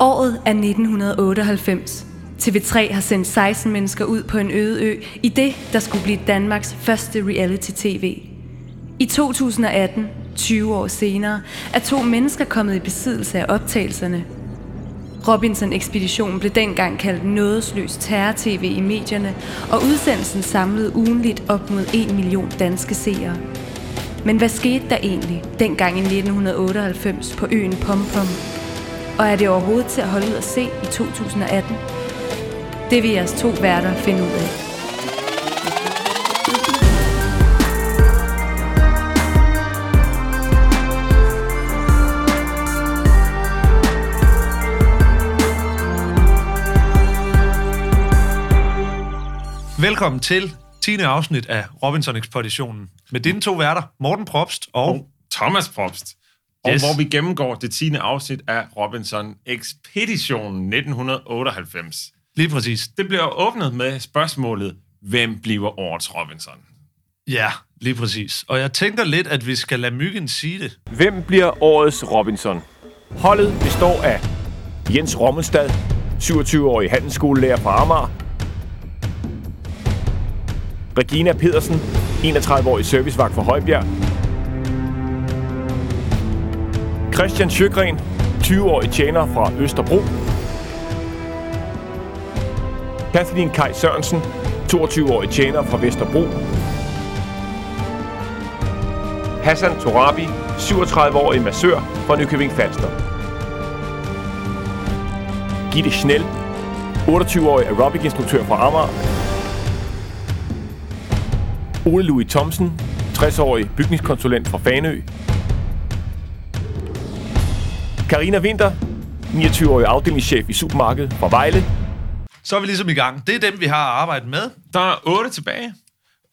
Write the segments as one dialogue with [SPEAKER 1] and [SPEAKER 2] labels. [SPEAKER 1] Året er 1998. TV3 har sendt 16 mennesker ud på en øde ø i det, der skulle blive Danmarks første reality-tv. I 2018, 20 år senere, er to mennesker kommet i besiddelse af optagelserne. Robinson-ekspeditionen blev dengang kaldt nådesløs terror-tv i medierne, og udsendelsen samlede ugenligt op mod 1 million danske seere. Men hvad skete der egentlig dengang i 1998 på øen Pompom? Og er det overhovedet til at holde ud at se i 2018? Det vil jeres to værter finde ud af.
[SPEAKER 2] Velkommen til 10. afsnit af Robinson-ekspeditionen med dine to værter, Morten Propst og...
[SPEAKER 3] og Thomas Probst. Og
[SPEAKER 2] Yes.
[SPEAKER 3] yes. hvor vi gennemgår det 10. afsnit af Robinson Expeditionen 1998.
[SPEAKER 2] Lige præcis.
[SPEAKER 3] Det bliver åbnet med spørgsmålet, hvem bliver årets Robinson?
[SPEAKER 2] Ja, lige præcis. Og jeg tænker lidt, at vi skal lade myggen sige det.
[SPEAKER 4] Hvem bliver årets Robinson? Holdet består af Jens Rommelstad, 27-årig handelsskolelærer fra Amager. Regina Pedersen, 31-årig servicevagt fra Højbjerg. Christian Sjøgren, 20-årig tjener fra Østerbro. Kathleen Kaj Sørensen, 22-årig tjener fra Vesterbro. Hassan Torabi, 37-årig massør fra Nykøbing Falster. Gitte Schnell, 28-årig aerobic-instruktør fra Amager. Ole Louis Thomsen, 60-årig bygningskonsulent fra Fanø. Karina Winter, 29-årig afdelingschef i supermarkedet fra Vejle.
[SPEAKER 2] Så er vi ligesom i gang. Det er dem, vi har at arbejde med.
[SPEAKER 3] Der er otte tilbage,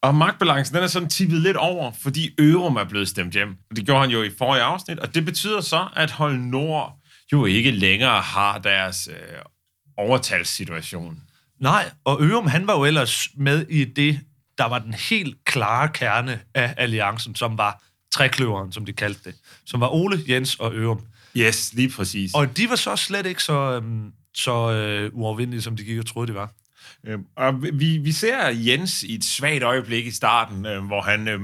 [SPEAKER 3] og magtbalancen den er sådan tippet lidt over, fordi Ørum er blevet stemt hjem. Og Det gjorde han jo i forrige afsnit, og det betyder så, at Hold Nord jo ikke længere har deres øh, overtalssituation.
[SPEAKER 2] Nej, og Ørum, han var jo ellers med i det, der var den helt klare kerne af alliancen, som var trekløveren, som de kaldte det. Som var Ole, Jens og Ørum.
[SPEAKER 3] Yes, lige præcis.
[SPEAKER 2] Og de var så slet ikke så, øhm, så øh, uovervindelige, som de gik og troede, de var.
[SPEAKER 3] Øh, og vi, vi ser Jens i et svagt øjeblik i starten, øh, hvor han øh,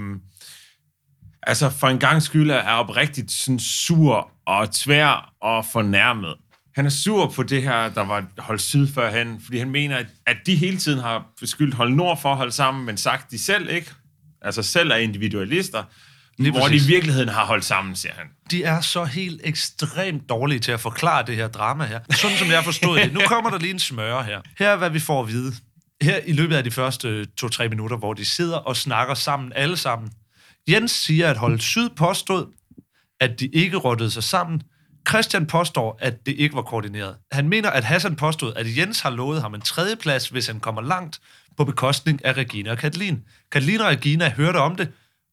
[SPEAKER 3] altså for en gang skyld er- er oprigtigt sådan sur og tvær og fornærmet. Han er sur på det her, der var hold syd førhen, fordi han mener, at- at de hele tiden har beskyldt hold nord for at holde sammen, men sagt de selv ikke, altså selv er individualister,
[SPEAKER 2] Lige
[SPEAKER 3] hvor
[SPEAKER 2] præcis.
[SPEAKER 3] de i virkeligheden har holdt sammen, siger han.
[SPEAKER 2] de er så helt ekstremt dårlige til at forklare det her drama her. Sådan som jeg forstod det. Nu kommer der lige en smøre her. Her er, hvad vi får at vide. Her i løbet af de første øh, to-tre minutter, hvor de sidder og snakker sammen, alle sammen. Jens siger, at Hold Syd påstod, at de ikke rottede sig sammen. Christian påstår, at det ikke var koordineret. Han mener, at Hassan påstod, at Jens har lovet ham en tredjeplads, hvis han kommer langt på bekostning af Regina og Katalin. Katalin og Regina hørte om det,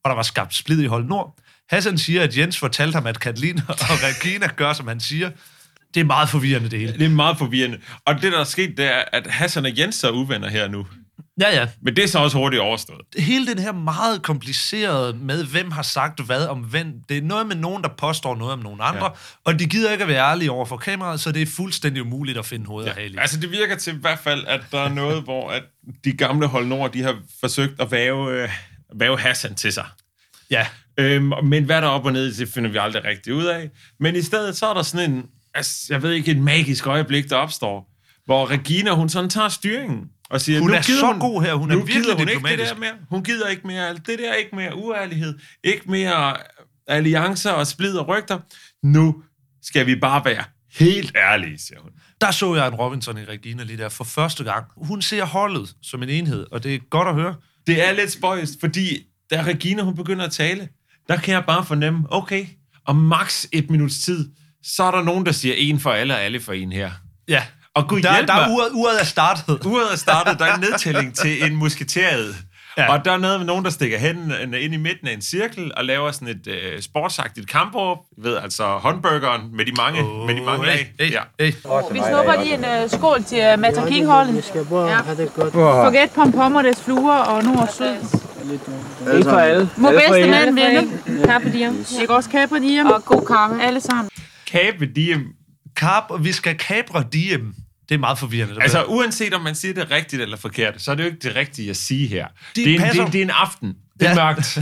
[SPEAKER 2] og der var skabt splid i Hold Nord. Hassan siger, at Jens fortalte ham, at Katalin og Regina gør, som han siger. Det er meget forvirrende det hele.
[SPEAKER 3] Det er meget forvirrende. Og det, der er sket, det er, at Hassan og Jens er uvenner her nu.
[SPEAKER 2] Ja, ja.
[SPEAKER 3] Men det er så også hurtigt overstået.
[SPEAKER 2] hele den her meget komplicerede med, hvem har sagt hvad om hvem, det er noget med nogen, der påstår noget om nogen andre, ja.
[SPEAKER 3] Ja.
[SPEAKER 2] og de gider ikke at være ærlige over for kameraet, så det er fuldstændig umuligt at finde hovedet ja. og hale i.
[SPEAKER 3] Altså, det virker til i hvert fald, at der er noget, hvor at de gamle hold nord, de har forsøgt at væve, øh, væve Hassan til sig.
[SPEAKER 2] Ja,
[SPEAKER 3] Øhm, men hvad der er op og ned, i, det finder vi aldrig rigtig ud af. Men i stedet, så er der sådan en, altså, jeg ved ikke, et magisk øjeblik, der opstår, hvor Regina, hun sådan tager styringen og siger,
[SPEAKER 2] Hun
[SPEAKER 3] nu
[SPEAKER 2] er
[SPEAKER 3] gider
[SPEAKER 2] så
[SPEAKER 3] hun,
[SPEAKER 2] god her, hun er
[SPEAKER 3] nu
[SPEAKER 2] virkelig
[SPEAKER 3] gider hun ikke det
[SPEAKER 2] diplomatisk.
[SPEAKER 3] der mere. Hun gider ikke mere alt det der, ikke mere uærlighed, ikke mere alliancer og splid og rygter. Nu skal vi bare være helt ærlige, siger hun.
[SPEAKER 2] der så jeg en Robinson i Regina lige der for første gang. Hun ser holdet som en enhed, og det er godt at høre.
[SPEAKER 3] Det er lidt spøjst, fordi da Regina hun begynder at tale, der kan jeg bare fornemme, okay, om maks et minuts tid, så er der nogen, der siger en for alle og alle for en her.
[SPEAKER 2] Ja,
[SPEAKER 3] Og gud
[SPEAKER 2] der,
[SPEAKER 3] hjælp
[SPEAKER 2] der
[SPEAKER 3] mig,
[SPEAKER 2] er uret, uret er startet.
[SPEAKER 3] uret er startet, der er en nedtælling til en musketeret.
[SPEAKER 2] Ja.
[SPEAKER 3] Ja. Og der er noget med nogen, der stikker hænderne ind i midten af en cirkel og laver sådan et øh, sportsagtigt kampråb, I ved, altså håndburgeren med de mange, oh, med de mange
[SPEAKER 2] Hey,
[SPEAKER 3] af.
[SPEAKER 2] hey,
[SPEAKER 3] Ja.
[SPEAKER 2] hey.
[SPEAKER 5] Vi snupper lige en uh, skål til uh, Mata King-holdet.
[SPEAKER 6] Vi skal bare
[SPEAKER 5] Ja.
[SPEAKER 6] have det godt.
[SPEAKER 5] Forget pompommer, deres fluer og nord og syd.
[SPEAKER 6] Ikke for alle.
[SPEAKER 5] Må bedste mand vinde. Carpe diem. Ikke også carpe diem. Og god kaffe. Alle sammen.
[SPEAKER 3] Kabe, de,
[SPEAKER 2] Kap, og vi skal kapre Diem. Det er meget forvirrende. der
[SPEAKER 3] Altså,
[SPEAKER 2] bliver-
[SPEAKER 3] uanset om man siger det rigtigt eller forkert, så er det jo ikke det rigtige at sige her. Det, er, en,
[SPEAKER 2] passer.
[SPEAKER 3] det, det er en aften. Det er
[SPEAKER 2] Ja.
[SPEAKER 3] mørkt.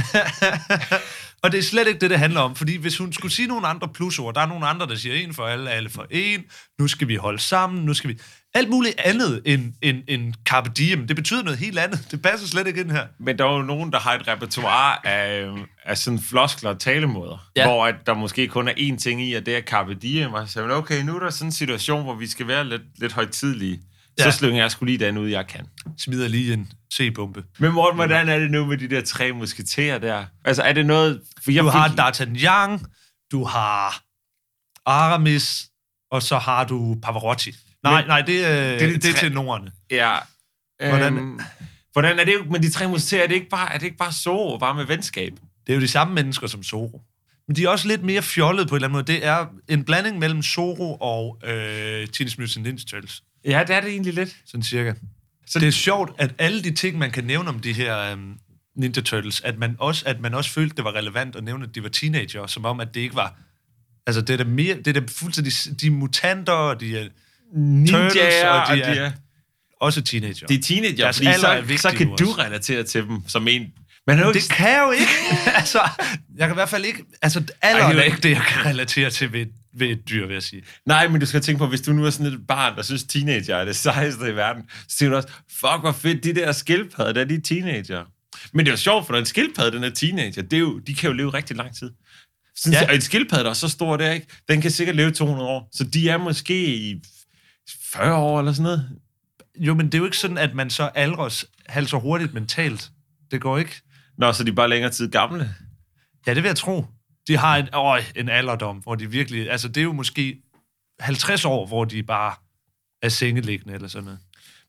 [SPEAKER 2] og det er slet ikke det, det handler om, fordi hvis hun skulle sige nogle andre plusord, der er nogle andre, der siger en for alle, alle for en, nu skal vi holde sammen, nu skal vi... Alt muligt andet end, end, end carpe diem. Det betyder noget helt andet. Det passer slet ikke ind her.
[SPEAKER 3] Men der er jo nogen, der har et repertoire af, af sådan floskler og talemåder, ja.
[SPEAKER 2] Ja.
[SPEAKER 3] hvor at der måske kun er én ting i, og det er carpe diem, og så siger man, okay, nu er der sådan en situation, hvor vi skal være lidt, lidt højtidlige. Ja.
[SPEAKER 2] Ja.
[SPEAKER 3] Så slynger jeg skulle lige den ud, jeg kan.
[SPEAKER 2] Smider lige en C-bombe.
[SPEAKER 3] Men Morten, hvordan er det nu med de der tre musketerer der? Altså, er det noget... For jeg
[SPEAKER 2] Du
[SPEAKER 3] fik-
[SPEAKER 2] har D'Artagnan, du har Aramis, og så har du Pavarotti. Nej,
[SPEAKER 3] Men-
[SPEAKER 2] nej, det, er,
[SPEAKER 3] er
[SPEAKER 2] det,
[SPEAKER 3] de
[SPEAKER 2] det, det er
[SPEAKER 3] tre-
[SPEAKER 2] til norderne.
[SPEAKER 3] Ja. Hvordan...
[SPEAKER 2] Hvordan-
[SPEAKER 3] Øhm, hvordan er det jo med de tre musketerer? Er det ikke bare, er det ikke bare så, bare med venskab?
[SPEAKER 2] Det er jo de samme mennesker som Zorro. Men de er også lidt mere fjollede på en eller anden måde. Det er en blanding mellem Zorro og øh, Teenage Mutant Ninja Turtles.
[SPEAKER 3] Ja, det er det egentlig lidt.
[SPEAKER 2] Sådan cirka. Så det er sjovt, at alle de ting, man kan nævne om de her øhm, Ninja Turtles, at man, også, at man også følte, det var relevant at nævne, at de var teenager, som om, at det ikke var... Altså, det er da, mere, det er da fuldstændig... De er mutanter, og de er
[SPEAKER 3] Ninjaer, og de er...
[SPEAKER 2] også teenager.
[SPEAKER 3] De er teenager,
[SPEAKER 2] Deres
[SPEAKER 3] fordi
[SPEAKER 2] alder er
[SPEAKER 3] så,
[SPEAKER 2] vigtig
[SPEAKER 3] så kan
[SPEAKER 2] nu også.
[SPEAKER 3] du relatere til dem som en... Man er jo
[SPEAKER 2] det
[SPEAKER 3] ikke...
[SPEAKER 2] kan jeg jo ikke. altså, jeg kan i hvert fald ikke... Altså, alderen
[SPEAKER 3] Ej, det er
[SPEAKER 2] Ej,
[SPEAKER 3] jo
[SPEAKER 2] er ikke det, jeg kan relatere til ved, ved et dyr, vil jeg sige.
[SPEAKER 3] Nej, men du skal tænke på, hvis du nu er sådan et barn, der synes, teenager er det sejeste i verden, så tænker du også, fuck, hvor fedt, de der skildpadder, der de er teenager. Men det er jo sjovt, for når en skildpadde, den er teenager, det er jo, de kan jo leve rigtig lang tid. Sådan, ja.
[SPEAKER 2] Ja.
[SPEAKER 3] Og en skildpadde, der er så stor der, ikke? den kan sikkert leve 200 år. Så de er måske i 40 år eller sådan noget.
[SPEAKER 2] Jo, men det er jo ikke sådan, at man så aldres halser hurtigt mentalt. Det går ikke.
[SPEAKER 3] Nå, så de er bare længere tid gamle.
[SPEAKER 2] Ja, det vil jeg tro. De har en, øj, en alderdom, hvor de virkelig... Altså, det er jo måske 50 år, hvor de bare er sengeliggende eller sådan noget.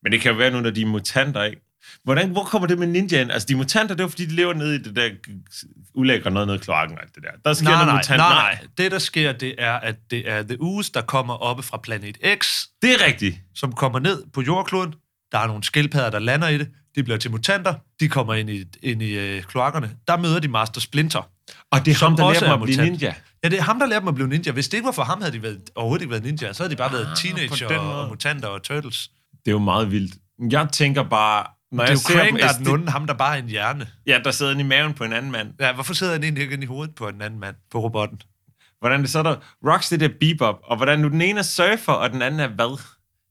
[SPEAKER 3] Men det kan jo være nu, når de er mutanter, ikke? Hvordan, hvor kommer det med ninjaen? Altså, de er mutanter, det er jo fordi, de lever nede i det der ulækre noget nede i kloakken og alt det der. Der sker
[SPEAKER 2] Nej,
[SPEAKER 3] noget
[SPEAKER 2] nej, nej,
[SPEAKER 3] mutant.
[SPEAKER 2] nej. Det, der sker, det er, at det er The Ooze, der kommer oppe fra planet X,
[SPEAKER 3] Det er rigtigt.
[SPEAKER 2] som kommer ned på jordkloden. Der er nogle skildpadder, der lander i det. De bliver til mutanter. De kommer ind i, ind i øh, kloakkerne. Der møder de Master Splinter.
[SPEAKER 3] Og det er
[SPEAKER 2] Som
[SPEAKER 3] ham, der
[SPEAKER 2] også
[SPEAKER 3] lærer
[SPEAKER 2] er
[SPEAKER 3] dem at blive
[SPEAKER 2] mutant.
[SPEAKER 3] ninja.
[SPEAKER 2] Ja, det er ham, der lærte dem at blive ninja. Hvis det ikke var for ham, havde de været, overhovedet ikke været ninja. Så havde de bare været teenager
[SPEAKER 3] Ah, den
[SPEAKER 2] og,
[SPEAKER 3] måde.
[SPEAKER 2] og mutanter og turtles.
[SPEAKER 3] Det er jo meget vildt. Jeg tænker bare... Når
[SPEAKER 2] Det er
[SPEAKER 3] jeg
[SPEAKER 2] jo
[SPEAKER 3] ser
[SPEAKER 2] Crank,
[SPEAKER 3] dem,
[SPEAKER 2] der er
[SPEAKER 3] altså,
[SPEAKER 2] den onde, ham der bare er en hjerne.
[SPEAKER 3] det- Ja, der sidder inde i maven på en anden mand.
[SPEAKER 2] Ja, hvorfor sidder han egentlig ikke inde i hovedet på en anden mand, på robotten?
[SPEAKER 3] Hvordan det så er der... Rocks det der bebop, og hvordan nu den ene er surfer, og den anden er hvad? Det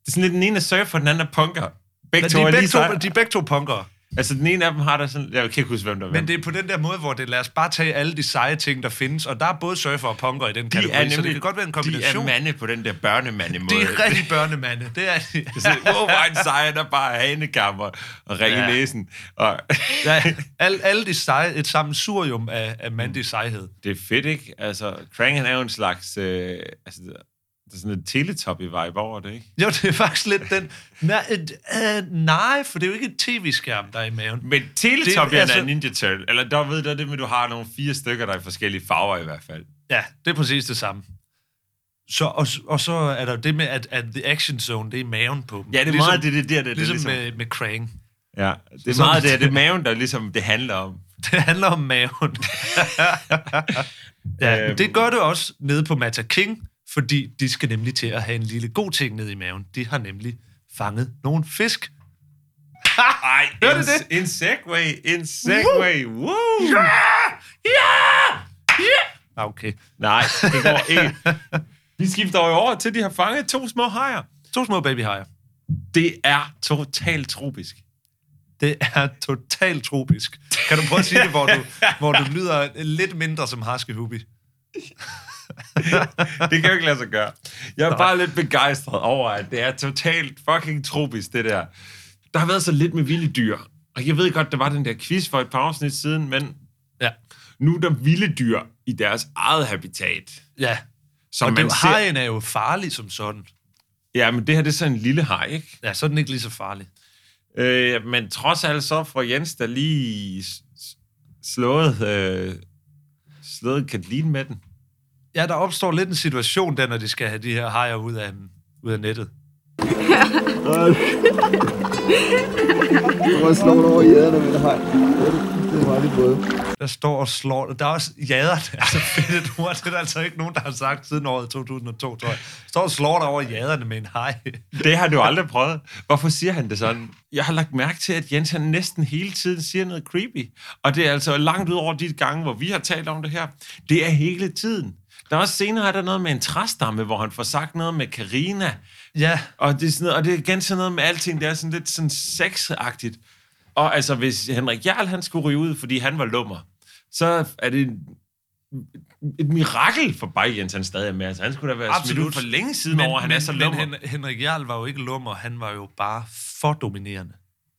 [SPEAKER 3] er sådan lidt, den ene er surfer, og den anden er punker. Begge
[SPEAKER 2] Men
[SPEAKER 3] to
[SPEAKER 2] de,
[SPEAKER 3] er
[SPEAKER 2] er
[SPEAKER 3] lige
[SPEAKER 2] begge to,
[SPEAKER 3] så...
[SPEAKER 2] de er begge to punkere.
[SPEAKER 3] Altså, den ene af dem har der sådan... Jeg kan ikke huske, hvem der er hvem.
[SPEAKER 2] Men det er på den der måde, hvor det lad os bare tage alle de seje ting, der findes. Og der er både surfer og punker i den
[SPEAKER 3] de
[SPEAKER 2] kategori,
[SPEAKER 3] er nemlig,
[SPEAKER 2] så det kan godt være en kombination.
[SPEAKER 3] De er mande på den der børnemande-måde.
[SPEAKER 2] De er rigtig børnemande. Det er de.
[SPEAKER 3] Det er sådan, wow, hvor er en sejr, der bare er hanekammer og ringe ja.
[SPEAKER 2] Ja.
[SPEAKER 3] næsen. Og
[SPEAKER 2] Ja, alle, alle de seje, et sammensurium af, af mandig sejhed.
[SPEAKER 3] det er fedt, ikke? Altså, Krang, han er jo en slags... Øh, altså, der er sådan et teletubby-vibe over det, ikke?
[SPEAKER 2] Jo, det er faktisk lidt den... Nej, et, øh, nej for det er jo ikke et tv-skærm, der er i maven.
[SPEAKER 3] Men teletubby altså,
[SPEAKER 2] altså-
[SPEAKER 3] er Ninja Turtle. Eller der ved du det med, at du har nogle fire stykker, der er i forskellige farver i hvert fald.
[SPEAKER 2] Ja, det er præcis det samme. Så, og, og så er der jo det med, at, at the action zone, det er i maven på dem.
[SPEAKER 3] Ja, det er ligesom, meget det, det, der, det,
[SPEAKER 2] Ligesom,
[SPEAKER 3] det, ligesom,
[SPEAKER 2] med, med Krang.
[SPEAKER 3] ja, det er
[SPEAKER 2] så-
[SPEAKER 3] meget det, det er maven, der ligesom det handler om.
[SPEAKER 2] Det handler om maven. ja,
[SPEAKER 3] Øhm.
[SPEAKER 2] øhm. Det gør det også nede på Mata King, fordi de skal nemlig til at have en lille god ting nede i maven. De har nemlig fanget nogle fisk.
[SPEAKER 3] Ej,
[SPEAKER 2] Hørte
[SPEAKER 3] en,
[SPEAKER 2] det?
[SPEAKER 3] en segway, en segway, woo!
[SPEAKER 2] Ah, Okay.
[SPEAKER 3] Nej, det går ikke. Vi skifter jo over til, at de har fanget to små hajer.
[SPEAKER 2] To små babyhajer.
[SPEAKER 3] Det er totalt tropisk.
[SPEAKER 2] Det er totalt tropisk. Kan du prøve at sige det, hvor du, hvor du lyder lidt mindre som Husky Hubby?
[SPEAKER 3] Det kan jo ikke lade sig gøre. Jeg er bare lidt begejstret over, at det er totalt fucking tropisk, det der. Der har været så lidt med vilde dyr. Og jeg ved godt, der var den der quiz for et par afsnit siden, men
[SPEAKER 2] Ja.
[SPEAKER 3] nu er der vilde dyr i deres eget habitat.
[SPEAKER 2] Ja.
[SPEAKER 3] Som
[SPEAKER 2] Og det, er
[SPEAKER 3] man
[SPEAKER 2] jo-
[SPEAKER 3] ser.
[SPEAKER 2] hajen er jo farlig som sådan.
[SPEAKER 3] Ja, men det her det er så en lille haj, ikke?
[SPEAKER 2] Ja, så er den ikke lige så farlig.
[SPEAKER 3] Øh, men trods alt så får Jens der lige s- s- slået, øh, slået Katalin med den.
[SPEAKER 2] Ja, der opstår lidt en situation der, når de skal have de her hajer ud af, ud af nettet.
[SPEAKER 6] Du har slået over jæderne med det hej. den rette måde.
[SPEAKER 2] der står og slår det. Der er også jader, der er så fedt et ord. Det er der altså ikke nogen, der har sagt siden året 2002, tror jeg. Står og slår dig over jaderne med en hej.
[SPEAKER 3] Det har du aldrig prøvet. Hvorfor siger han det sådan? Jeg har lagt mærke til, at Jens han næsten hele tiden siger noget creepy. Og det er altså langt ud over de gange, hvor vi har talt om det her. Det er hele tiden. Der er også senere er der noget med en træstamme, hvor han får sagt noget med Karina.
[SPEAKER 2] Ja,
[SPEAKER 3] Og det, er sådan noget, og det er igen sådan noget med alting, det er sådan lidt sådan sexagtigt. Og altså, hvis Henrik Jarl, han skulle ryge ud, fordi han var lummer, så er det en- et mirakel for Bay Jens, han stadig er med. Altså, han skulle da være Absolut. smidt ud
[SPEAKER 2] Absolut.
[SPEAKER 3] for længe siden men, over, han men, er så lummer.
[SPEAKER 2] Men Hen- Henrik Jarl var jo ikke lummer, han var jo bare for dominerende.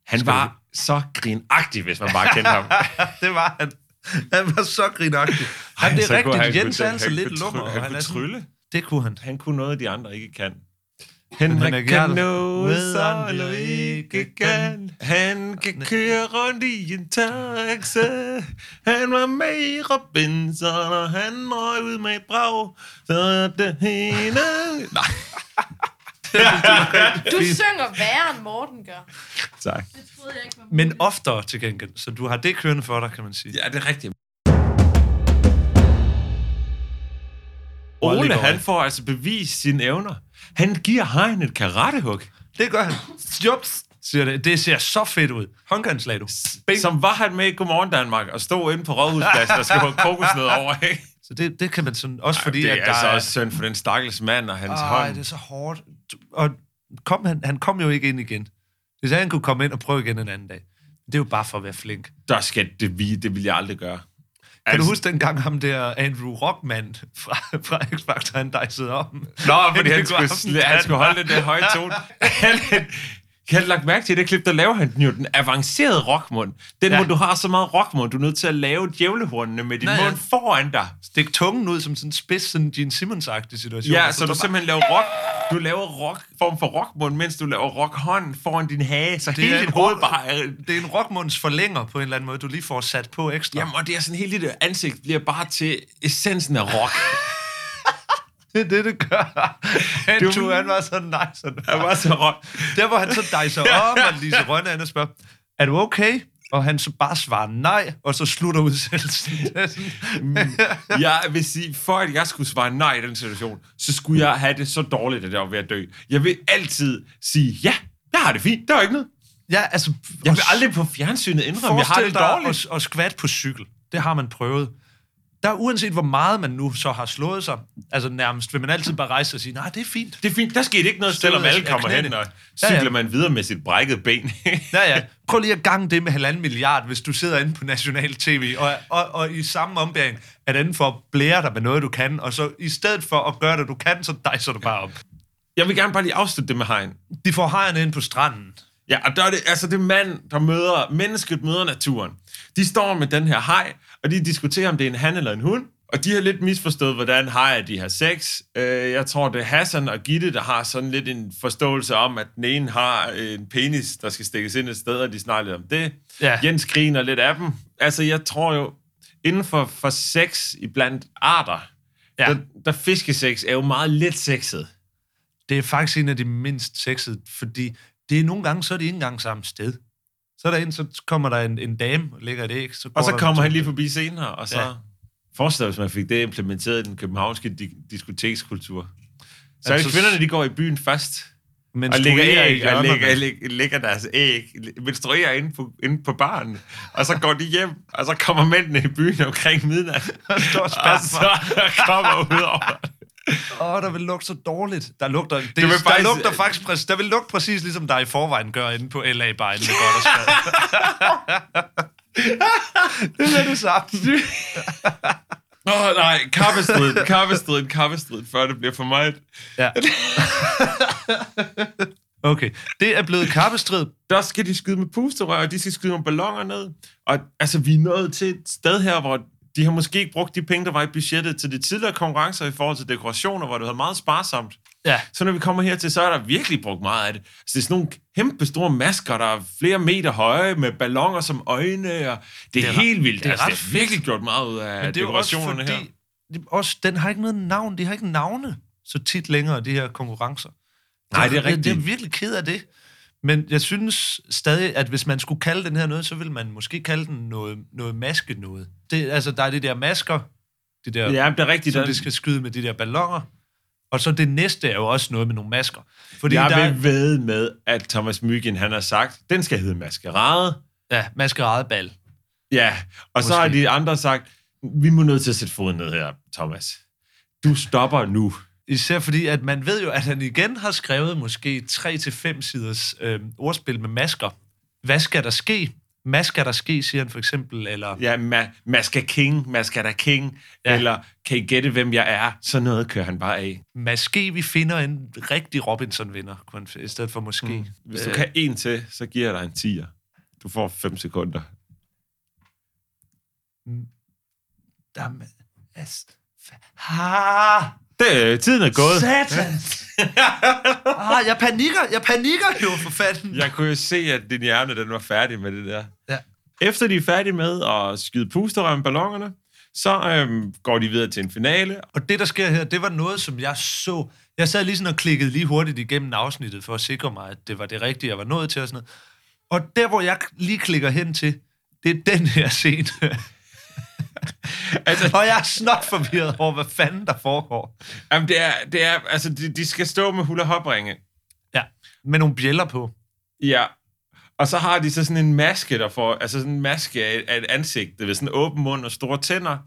[SPEAKER 3] Han var så grinagtig, hvis man bare kendte ham.
[SPEAKER 2] det var han. Han var så grinagtig. Han,
[SPEAKER 3] Ej,
[SPEAKER 2] det
[SPEAKER 3] så
[SPEAKER 2] er
[SPEAKER 3] kunne
[SPEAKER 2] rigtigt.
[SPEAKER 3] han-
[SPEAKER 2] Jens
[SPEAKER 3] han
[SPEAKER 2] er altså
[SPEAKER 3] kunne
[SPEAKER 2] lidt
[SPEAKER 3] trylle-
[SPEAKER 2] lummer. og
[SPEAKER 3] Han kunne
[SPEAKER 2] er sådan-
[SPEAKER 3] trylle.
[SPEAKER 2] Det kunne han.
[SPEAKER 3] Han kunne noget, de andre ikke kan. Henrik
[SPEAKER 2] Henrik
[SPEAKER 3] kan
[SPEAKER 2] Jarl
[SPEAKER 3] noget,
[SPEAKER 2] ved
[SPEAKER 3] så
[SPEAKER 2] andre
[SPEAKER 3] ikke
[SPEAKER 2] ikke
[SPEAKER 3] kan. Han kan køre rundt i en taxa. Han var med i Robinson, og han røg ud med et brag. Så er det hende... Nej,
[SPEAKER 7] Du synger værre, end Morten gør.
[SPEAKER 3] tak.
[SPEAKER 7] Det troede jeg ikke var
[SPEAKER 2] Men oftere til gengæld, så du har det kørende for dig, kan man sige.
[SPEAKER 3] Ja, det er rigtigt.
[SPEAKER 2] Ole,
[SPEAKER 3] Ole, han
[SPEAKER 2] han
[SPEAKER 3] får altså bevist sine evner. Han giver Hein et karatehug.
[SPEAKER 2] Det gør han. Jups, siger det. Det ser så fedt ud. Håndkanslag, du. Bing.
[SPEAKER 3] Som var han med i Godmorgen Danmark og stod inde på Rådhuspladsen og skulle have kokos ned over, ikke?
[SPEAKER 2] Så det, det kan man sådan... Også fordi,
[SPEAKER 3] det er
[SPEAKER 2] at der
[SPEAKER 3] altså
[SPEAKER 2] er...
[SPEAKER 3] også synd for den stakkels mand og hans
[SPEAKER 2] Ej,
[SPEAKER 3] hånd.
[SPEAKER 2] det er så hårdt. Du- Og kom, han, han kom jo ikke ind igen. Hvis han kunne komme ind og prøve igen en anden dag. Det er jo bare for at være flink. Kan
[SPEAKER 3] Der skal det, vi, det vil jeg aldrig gøre.
[SPEAKER 2] altså, du huske dengang ham der Andrew Rockman fra, fra X-Factor, han dejsede om?
[SPEAKER 3] Nå, fordi han
[SPEAKER 2] Inden
[SPEAKER 3] skulle,
[SPEAKER 2] vi går
[SPEAKER 3] sl-
[SPEAKER 2] aften.
[SPEAKER 3] han skulle holde den der høje tone. Han, jeg har lagt mærke til i det klip, der laver han den jo, den avancerede rockmund. Den, ja.
[SPEAKER 2] Ja.
[SPEAKER 3] hvor du har så meget rockmund, du er nødt til at lave djævlehornene med din
[SPEAKER 2] Nå, ja.
[SPEAKER 3] mund foran dig.
[SPEAKER 2] Stik tungen ud som sådan en spids, sådan Gene Simmons-agtig situation. Altså,
[SPEAKER 3] Ja,
[SPEAKER 2] Og
[SPEAKER 3] så du
[SPEAKER 2] står
[SPEAKER 3] simpelthen laver rock, du laver rock, form for rockmund, mens du laver rockhånd foran din hage, så
[SPEAKER 2] Det er
[SPEAKER 3] hele
[SPEAKER 2] en
[SPEAKER 3] dit hoved
[SPEAKER 2] rock-
[SPEAKER 3] bare er
[SPEAKER 2] bare- Det er en rockmunds forlænger på en eller anden måde, du lige får sat på ekstra.
[SPEAKER 3] Jamen, og det er sådan, hele dit ansigt bliver bare til essensen af rock.
[SPEAKER 2] det er det, det gør. Andrew,
[SPEAKER 3] Du-
[SPEAKER 2] han var så nice. og
[SPEAKER 3] Han var så rock.
[SPEAKER 2] Der, hvor han så dejser om, og Lise Rønne andet spørger, er du okay? Og han så bare svarer nej, og så slutter udsendelsen. Det er sådan-
[SPEAKER 3] jeg vil sige, for at jeg skulle svare nej i den situation, så skulle jeg have det så dårligt, at jeg var ved at dø. Jeg vil altid sige, ja, jeg har det fint, der er jo ikke noget.
[SPEAKER 2] ja, altså,
[SPEAKER 3] Jeg
[SPEAKER 2] og
[SPEAKER 3] vil
[SPEAKER 2] s-
[SPEAKER 3] aldrig på fjernsynet indrømme, jeg har
[SPEAKER 2] forestil
[SPEAKER 3] det
[SPEAKER 2] dig
[SPEAKER 3] dårligt.
[SPEAKER 2] at, at skvat på cykel. Det har man prøvet. Der uanset hvor meget man nu så har slået sig, altså nærmest vil man altid bare rejse sig og sige, nej, det er fint.
[SPEAKER 3] Det er fint, der skete ikke noget, selvom
[SPEAKER 2] Stødet
[SPEAKER 3] alle
[SPEAKER 2] af
[SPEAKER 3] kommer hen
[SPEAKER 2] knæene.
[SPEAKER 3] og
[SPEAKER 2] Ja, ja.
[SPEAKER 3] cykler man videre med sit brækkede ben.
[SPEAKER 2] Ja, ja. Prøv lige at gange det med halvanden milliard, hvis du sidder inde på national tv, og, og, og i samme ombæring er den for at blære dig med noget, du kan, og så i stedet for at gøre det, du kan, så dejser du bare op.
[SPEAKER 3] jeg vil gerne bare lige afslutte det med hegn.
[SPEAKER 2] De får hejerne ind på stranden.
[SPEAKER 3] Ja, og der er det, altså det er mand, der møder, mennesket møder naturen. De står med den her hej, og de diskuterer, om det er en han eller en hund. Og de har lidt misforstået, hvordan hajer de har sex. Øh, jeg tror, det er Hassan og Gitte, der har sådan lidt en forståelse om, at den ene har øh, en penis, der skal stikkes ind et sted, og de snakker lidt om det.
[SPEAKER 2] Ja.
[SPEAKER 3] Jens griner lidt af dem. Altså, jeg tror jo, inden for, for sex i blandt arter, ja.
[SPEAKER 2] Ja.
[SPEAKER 3] der, der fiskesex er jo meget lidt sexet.
[SPEAKER 2] det er faktisk en af de mindst sexede, fordi det er nogle gange, så er de ikke engang samme sted. Så er der en, så kommer der en, en dame og lægger et æg. Så går
[SPEAKER 3] Og så
[SPEAKER 2] der-
[SPEAKER 3] kommer han lige forbi senere, og så... Ja.
[SPEAKER 2] Ja.
[SPEAKER 3] Forestil dig, hvis man fik det implementeret i den københavnske di- diskotekskultur. Så er
[SPEAKER 2] Jamen,
[SPEAKER 3] det
[SPEAKER 2] så-
[SPEAKER 3] kvinderne, de går i byen først, og
[SPEAKER 2] Menstruerer
[SPEAKER 3] lægger,
[SPEAKER 2] i
[SPEAKER 3] æg, og
[SPEAKER 2] hjørnerne.
[SPEAKER 3] lægger, lægger, lægger deres æg, menstruerer inde på, inde på baren, og så går de hjem, og så kommer mændene i byen omkring midnat,
[SPEAKER 2] Og står og spasmer.
[SPEAKER 3] og så kommer ud over.
[SPEAKER 2] Åh, der vil lugte så dårligt. Der lugter, det,
[SPEAKER 3] vil
[SPEAKER 2] der
[SPEAKER 3] faktisk-
[SPEAKER 2] faktisk, lugter faktisk præcis, der vil lugte præcis ligesom der i forvejen gør inde på LA Bejlen. Det godt og skadet. det er det samme.
[SPEAKER 3] Åh oh, nej, kappestriden, kappestriden, kappestriden, før det bliver for mig.
[SPEAKER 2] Ja. Okay, det er blevet kappestrid.
[SPEAKER 3] der skal de skyde med pusterør, og de skal skyde med ballonger ned. Og altså, vi er nået til et sted her, hvor de har måske ikke brugt de penge, der var i budgettet til de tidligere konkurrencer i forhold til dekorationer, hvor det var meget sparsomt.
[SPEAKER 2] Ja.
[SPEAKER 3] Så når vi kommer hertil, så er der virkelig brugt meget af det. Så det er sådan nogle kæmpe store masker, der er flere meter høje, med ballonger som øjne, og det er, det er
[SPEAKER 2] er
[SPEAKER 3] helt vildt.
[SPEAKER 2] det er
[SPEAKER 3] altså,
[SPEAKER 2] ret
[SPEAKER 3] det er virkelig gjort meget ud af
[SPEAKER 2] Men det er jo også
[SPEAKER 3] dekorationerne
[SPEAKER 2] fordi,
[SPEAKER 3] her.
[SPEAKER 2] det, også, den har ikke noget navn. De har ikke navne så tit længere, de her konkurrencer.
[SPEAKER 3] Nej, det er
[SPEAKER 2] Jeg- Jeg
[SPEAKER 3] rigtigt.
[SPEAKER 2] er virkelig ked af det. Men jeg synes stadig, at hvis man skulle kalde den her noget, så ville man måske kalde den noget, noget maske noget. Det, altså, der er de der masker, de der,
[SPEAKER 3] Ja, det er rigtigt.
[SPEAKER 2] som
[SPEAKER 3] der-
[SPEAKER 2] de skal skyde med de der ballonger. Og så det næste er jo også noget med nogle masker. Fordi
[SPEAKER 3] Fordi jeg
[SPEAKER 2] der,
[SPEAKER 3] der... vil ved med, at Thomas Mygind, han har sagt, den skal hedde Maskerade.
[SPEAKER 2] Ja, maskeradebal.
[SPEAKER 3] Ja, og Måske. så har
[SPEAKER 2] Måske.
[SPEAKER 3] de andre sagt, vi må nødt til at sætte foden ned her, Thomas. Du stopper nu.
[SPEAKER 2] Især fordi, at man ved jo, at han igen har skrevet måske 3-5 siders øh, ordspil med masker. Hvad skal der ske? Hvad skal der ske, siger han for eksempel, eller...
[SPEAKER 3] Ja, ma- Maska King, Maska da King, ja.
[SPEAKER 2] Ja.
[SPEAKER 3] eller kan I gætte, hvem jeg er? Sådan noget kører han bare af.
[SPEAKER 2] Måske vi finder en rigtig Robinson-vinder, kunne han- i stedet for måske. Mm.
[SPEAKER 3] Hvis du kan en til, så giver jeg dig en 10'er. Du får 5 sekunder.
[SPEAKER 2] Jamen, altså, fa- ha,
[SPEAKER 3] Det, øh, tiden er gået.
[SPEAKER 2] satan! ah, jeg panikker, jeg panikker jo for fanden.
[SPEAKER 3] Jeg kunne jo se, at din hjerne den var færdig med det der.
[SPEAKER 2] Ja.
[SPEAKER 3] Efter de er færdige med at skyde pusterøm ballongerne, så øhm, går de videre til en finale.
[SPEAKER 2] Og det, der sker her, det var noget, som jeg så... Jeg sad lige sådan og klikkede lige hurtigt igennem afsnittet, for at sikre mig, at det var det rigtige, jeg var nået til og sådan noget. Og der, hvor jeg lige klikker hen til, det er den her scene. altså, og jeg er snot forvirret over, hvad fanden der foregår.
[SPEAKER 3] Jamen, det er, det er, altså, de, de skal stå med hula hopringe.
[SPEAKER 2] Ja, med nogle bjæller på.
[SPEAKER 3] Ja. Og så har de så sådan en maske, der får, altså sådan en maske af, af et ansigt, med sådan en åben mund og store tænder,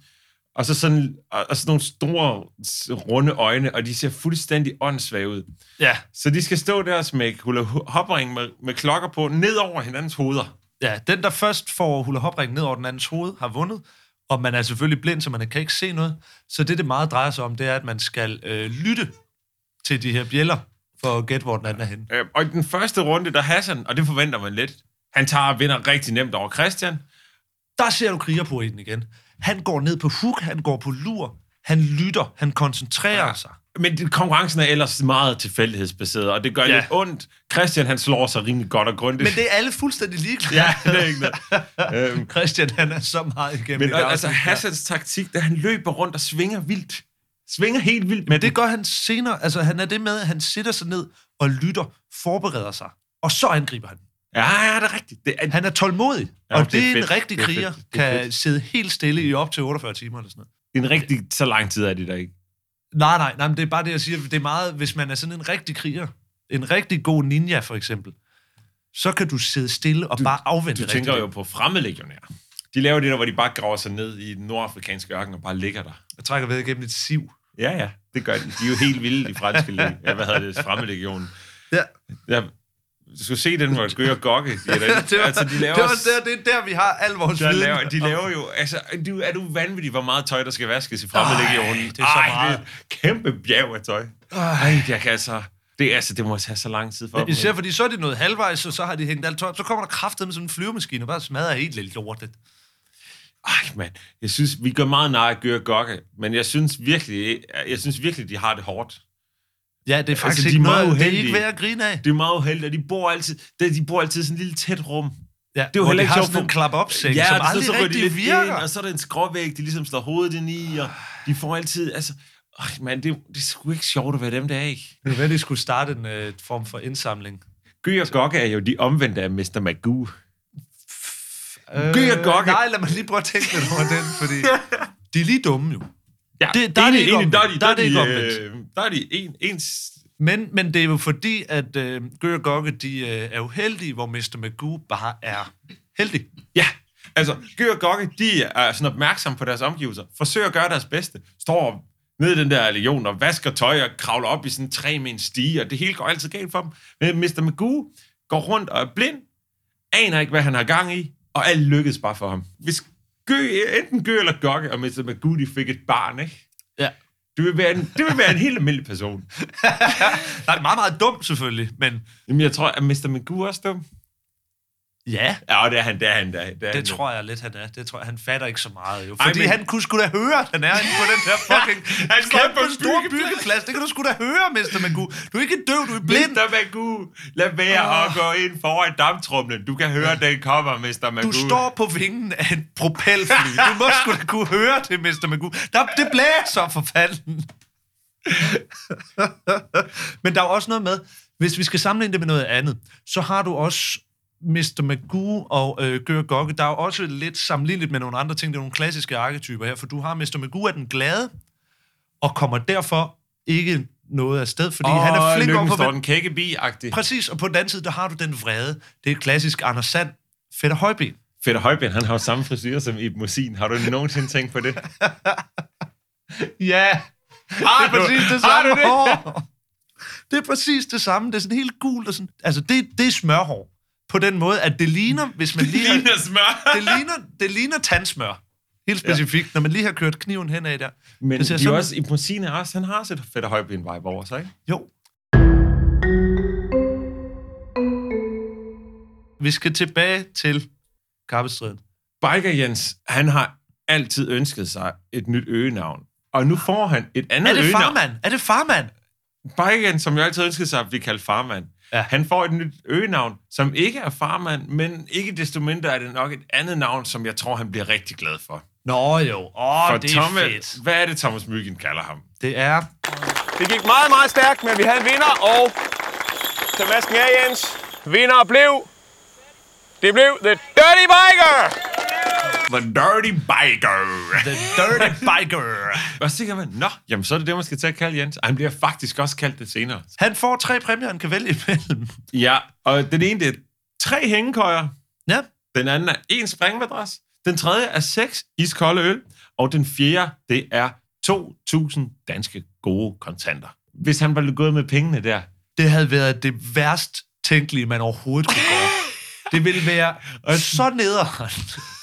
[SPEAKER 3] og så sådan, og, og sådan nogle store, s- runde øjne, og de ser fuldstændig åndssvage ud.
[SPEAKER 2] Ja,
[SPEAKER 3] Så de skal stå der og smække hula hopring med, med klokker på, ned over hinandens hoveder.
[SPEAKER 2] ja den, der først får hula hoop ned over den andens hoved, har vundet. Og man er selvfølgelig blind, så man kan ikke se noget. Så det, det meget drejer sig om, det er, at man skal øh, lytte til de her bjæller, for at gætte, hvor den anden er henne.
[SPEAKER 3] Øh, Og i den første runde, der Hassan, og det forventer man lidt, han tager og vinder rigtig nemt over Christian.
[SPEAKER 2] Der ser du krigerpoeten igen. Han går ned på hook, han går på lur, han lytter, han koncentrerer ja. sig.
[SPEAKER 3] Men det- konkurrencen er ellers meget tilfældighedsbaseret, og det gør ja.
[SPEAKER 2] Ja.
[SPEAKER 3] lidt ondt. Christian, han slår sig rimelig godt og grundigt.
[SPEAKER 2] Men det er alle fuldstændig ligeglade.
[SPEAKER 3] Ja, det er ikke noget. øhm,
[SPEAKER 2] Christian, han er så meget igennem.
[SPEAKER 3] men
[SPEAKER 2] i det
[SPEAKER 3] og, altså,
[SPEAKER 2] afsnit her.
[SPEAKER 3] Hassans taktik, da han løber rundt og svinger vildt. Svinger helt vildt med
[SPEAKER 2] Men det gør han senere. Altså, han er det med, at han sætter sig ned og lytter, forbereder sig, og så angriber han.
[SPEAKER 3] Ja, ja, det er rigtigt. Det er,
[SPEAKER 2] Han er tålmodig,
[SPEAKER 3] Ja,
[SPEAKER 2] ja, og
[SPEAKER 3] det er
[SPEAKER 2] det, det er en
[SPEAKER 3] fedt.
[SPEAKER 2] rigtig
[SPEAKER 3] Det er fedt.
[SPEAKER 2] kriger,
[SPEAKER 3] Det er
[SPEAKER 2] kan
[SPEAKER 3] fedt.
[SPEAKER 2] sidde helt stille i op til 48 timer eller sådan noget.
[SPEAKER 3] en rigtig, så lang tid er det der ikke.
[SPEAKER 2] Nej, nej, nej, men det er bare det, jeg siger. Det er meget, hvis man er sådan en rigtig kriger, en rigtig god ninja for eksempel, så kan du sidde stille og du, bare afvente
[SPEAKER 3] Du
[SPEAKER 2] rigtig
[SPEAKER 3] tænker
[SPEAKER 2] længe.
[SPEAKER 3] jo på fremmedlegionærer. De laver det der, hvor de bare graver sig ned i den nordafrikanske ørken og bare ligger der.
[SPEAKER 2] Jeg trækker ved igennem et siv.
[SPEAKER 3] Ja, ja, det gør de. De er jo helt vilde, de franske leg- ja, hvad hedder det, fremmedlegionen.
[SPEAKER 2] Ja.
[SPEAKER 3] ja. Du skulle se den, hvor Gø og Gokke, de, er der, altså, de laver
[SPEAKER 2] det, var der, det er der, vi har al vores
[SPEAKER 3] Der
[SPEAKER 2] viden.
[SPEAKER 3] laver, de laver jo, altså, er du, er du vanvittig, hvor meget tøj, der skal vaskes i
[SPEAKER 2] Ej,
[SPEAKER 3] fremmedlegionen?
[SPEAKER 2] det er så meget.
[SPEAKER 3] Det er et kæmpe bjerg af tøj. Ej, jeg kan altså, det, er altså, det må tage så lang tid for dem.
[SPEAKER 2] Især fordi så er det noget halvvejs, og så har de hængt alt tøj. op. Så kommer der kraftet med sådan en flyvemaskine, og bare smadrer helt lidt lortet.
[SPEAKER 3] Ej, mand. Jeg synes, vi gør meget nej af Gø og Gokke, men jeg synes virkelig, jeg synes virkelig, de har det hårdt.
[SPEAKER 2] Ja, det er faktisk altså,
[SPEAKER 3] de er
[SPEAKER 2] ikke
[SPEAKER 3] meget
[SPEAKER 2] noget, det er ikke
[SPEAKER 3] uheldige.
[SPEAKER 2] værd at grine af.
[SPEAKER 3] Det er meget uheldigt, og de bor altid, det- de bor altid i sådan et lille tæt rum.
[SPEAKER 2] Ja, det
[SPEAKER 3] jo
[SPEAKER 2] er jo
[SPEAKER 3] heller
[SPEAKER 2] heller
[SPEAKER 3] ikke
[SPEAKER 2] ikke
[SPEAKER 3] sjovt
[SPEAKER 2] sådan en
[SPEAKER 3] for-
[SPEAKER 2] klap-op-seng, ja, som
[SPEAKER 3] og så-
[SPEAKER 2] aldrig
[SPEAKER 3] så ryger de
[SPEAKER 2] rigtig
[SPEAKER 3] lidt
[SPEAKER 2] virker.
[SPEAKER 3] Ind, og så er der en skråvæg, de ligesom slår hovedet ind i, og de får altid, altså... Ej, mand, det, det er sgu ikke sjovt at være dem, der er, ikke?
[SPEAKER 2] Det er vel, at de skulle starte en øh, form for indsamling.
[SPEAKER 3] Gø og Gokke er jo de omvendte af Mr. Magoo.
[SPEAKER 2] Øh,
[SPEAKER 3] og Gokke.
[SPEAKER 2] Nej, lad mig lige prøve at tænke lidt over den, fordi de er lige dumme jo.
[SPEAKER 3] Ja,
[SPEAKER 2] Det- der er det ikke omvendt. Der er det ikke
[SPEAKER 3] omvendt. Der er de en, ens...
[SPEAKER 2] Men, men det er jo fordi, at øh, Gø og Gokke, de øh, er uheldige, hvor Mr. Magoo bare er heldig.
[SPEAKER 3] Ja, altså, Gø og Gokke, de er sådan opmærksomme på deres omgivelser, forsøger at gøre deres bedste, står ned i den der legion og vasker tøj og kravler op i sådan en træ med en stige, og det hele går altid galt for dem. Men Mr. Magoo går rundt og er blind, aner ikke, hvad han har gang i, og alt lykkes bare for ham. Hvis Gø, enten Gø eller Gokke og Mr. Magoo, de fik et barn, ikke?
[SPEAKER 2] Ja.
[SPEAKER 3] Det vil være en, det vil være en helt almindelig person.
[SPEAKER 2] Nej, det er meget, meget dumt selvfølgelig, men
[SPEAKER 3] Jamen, jeg tror, at Mr. Magoo er også dum.
[SPEAKER 2] ja,
[SPEAKER 3] Ja, og det er han, det er han, det er han. er han.
[SPEAKER 2] det tror jeg lidt, han er. Det tror jeg, han fatter ikke så meget jo.
[SPEAKER 3] Ej,
[SPEAKER 2] Fordi Ej,
[SPEAKER 3] men-
[SPEAKER 2] men... han kunne sgu da høre, at han er inde på den der fucking
[SPEAKER 3] Han går
[SPEAKER 2] kæmpe
[SPEAKER 3] på en
[SPEAKER 2] store
[SPEAKER 3] bygge-
[SPEAKER 2] byggeplads. Det kan du sgu da høre, Mr. Magoo. Du er ikke døv, du er blind.
[SPEAKER 3] Mr. Magoo, lad være at gå ind foran damptrumlen. Du kan høre, den kommer, Mr. Magoo.
[SPEAKER 2] Du står på vingen af en propelfly. Du må sgu da kunne høre det, Mr. Magoo. Der, det blæser for fanden. Men der er jo også noget med, hvis vi skal sammenligne det med noget andet, så har du også Mr. Magoo og øh, Gør Gokke. Der er jo også lidt sammenligneligt med nogle andre ting. Det er nogle klassiske arketyper her, for du har Mr. Magoo er den glade, og kommer derfor ikke noget af sted, fordi
[SPEAKER 3] Fordi
[SPEAKER 2] oh, han er flink
[SPEAKER 3] lykken
[SPEAKER 2] over
[SPEAKER 3] står
[SPEAKER 2] for...
[SPEAKER 3] den kække bi-agtig.
[SPEAKER 2] Præcis, og på den anden side, der har du den vrede. Det er et klassisk Anders Sand, fedt højben.
[SPEAKER 3] Fedder Højben, han har jo samme frisyr som Ibn Musin. Har du nogensinde tænkt på det?
[SPEAKER 2] Ja, har det er
[SPEAKER 3] du-
[SPEAKER 2] Ah, præcis det
[SPEAKER 3] har
[SPEAKER 2] samme
[SPEAKER 3] du det?
[SPEAKER 2] hår. Det er præcis det samme. Det er sådan helt gult og sådan. Altså, det, det er smørhår. På den måde, at det ligner, hvis man lige har,
[SPEAKER 3] Ligner smør.
[SPEAKER 2] det ligner, det ligner tandsmør. Helt specifikt, ja. når man lige har kørt kniven henad der.
[SPEAKER 3] Men
[SPEAKER 2] det
[SPEAKER 3] det
[SPEAKER 2] ser
[SPEAKER 3] de er
[SPEAKER 2] sådan-
[SPEAKER 3] også, Ibn Musin er også, han har også et Fedder Højben-vibe over sig, ikke?
[SPEAKER 2] Jo. Vi skal tilbage til kappestriden.
[SPEAKER 3] Biker Jens, han har altid ønsket sig et nyt øgenavn. Og nu får han et andet
[SPEAKER 2] Ah. Er det
[SPEAKER 3] øgenavn.
[SPEAKER 2] farmand? Er det farmand?
[SPEAKER 3] Biker Jens, som jo altid ønskede sig at blive kaldt farmand.
[SPEAKER 2] Ja.
[SPEAKER 3] Han får et nyt øgenavn, som ikke er farmand, men ikke desto mindre er det nok et andet navn, som jeg tror, han bliver rigtig glad for.
[SPEAKER 2] Nå jo. Åh,
[SPEAKER 3] for
[SPEAKER 2] oh, det er
[SPEAKER 3] Tomme,
[SPEAKER 2] fedt.
[SPEAKER 3] Hvad er det, Thomas Myggen kalder ham?
[SPEAKER 2] Det er...
[SPEAKER 4] Det gik meget, meget stærkt, men vi havde en vinder, og til masken af, Jens. Vinder blev... Det blev The Dirty Biker!
[SPEAKER 3] The Dirty Biker.
[SPEAKER 2] The Dirty Biker.
[SPEAKER 3] Og så tænker man, nå, jamen så er det det, man skal til at kalde Jens. Og han bliver faktisk også kaldt det senere.
[SPEAKER 2] Han får tre præmier, han kan vælge imellem.
[SPEAKER 3] Ja, og den ene, det er tre hængekøjer.
[SPEAKER 2] Ja.
[SPEAKER 3] Den anden er en springmadras. Den tredje er seks iskolde øl. Og den fjerde, det er 2.000 danske gode kontanter. Hvis han var gået med pengene der.
[SPEAKER 2] Det havde været det værst tænkelige, man overhovedet kunne gøre. Det ville være så nederen.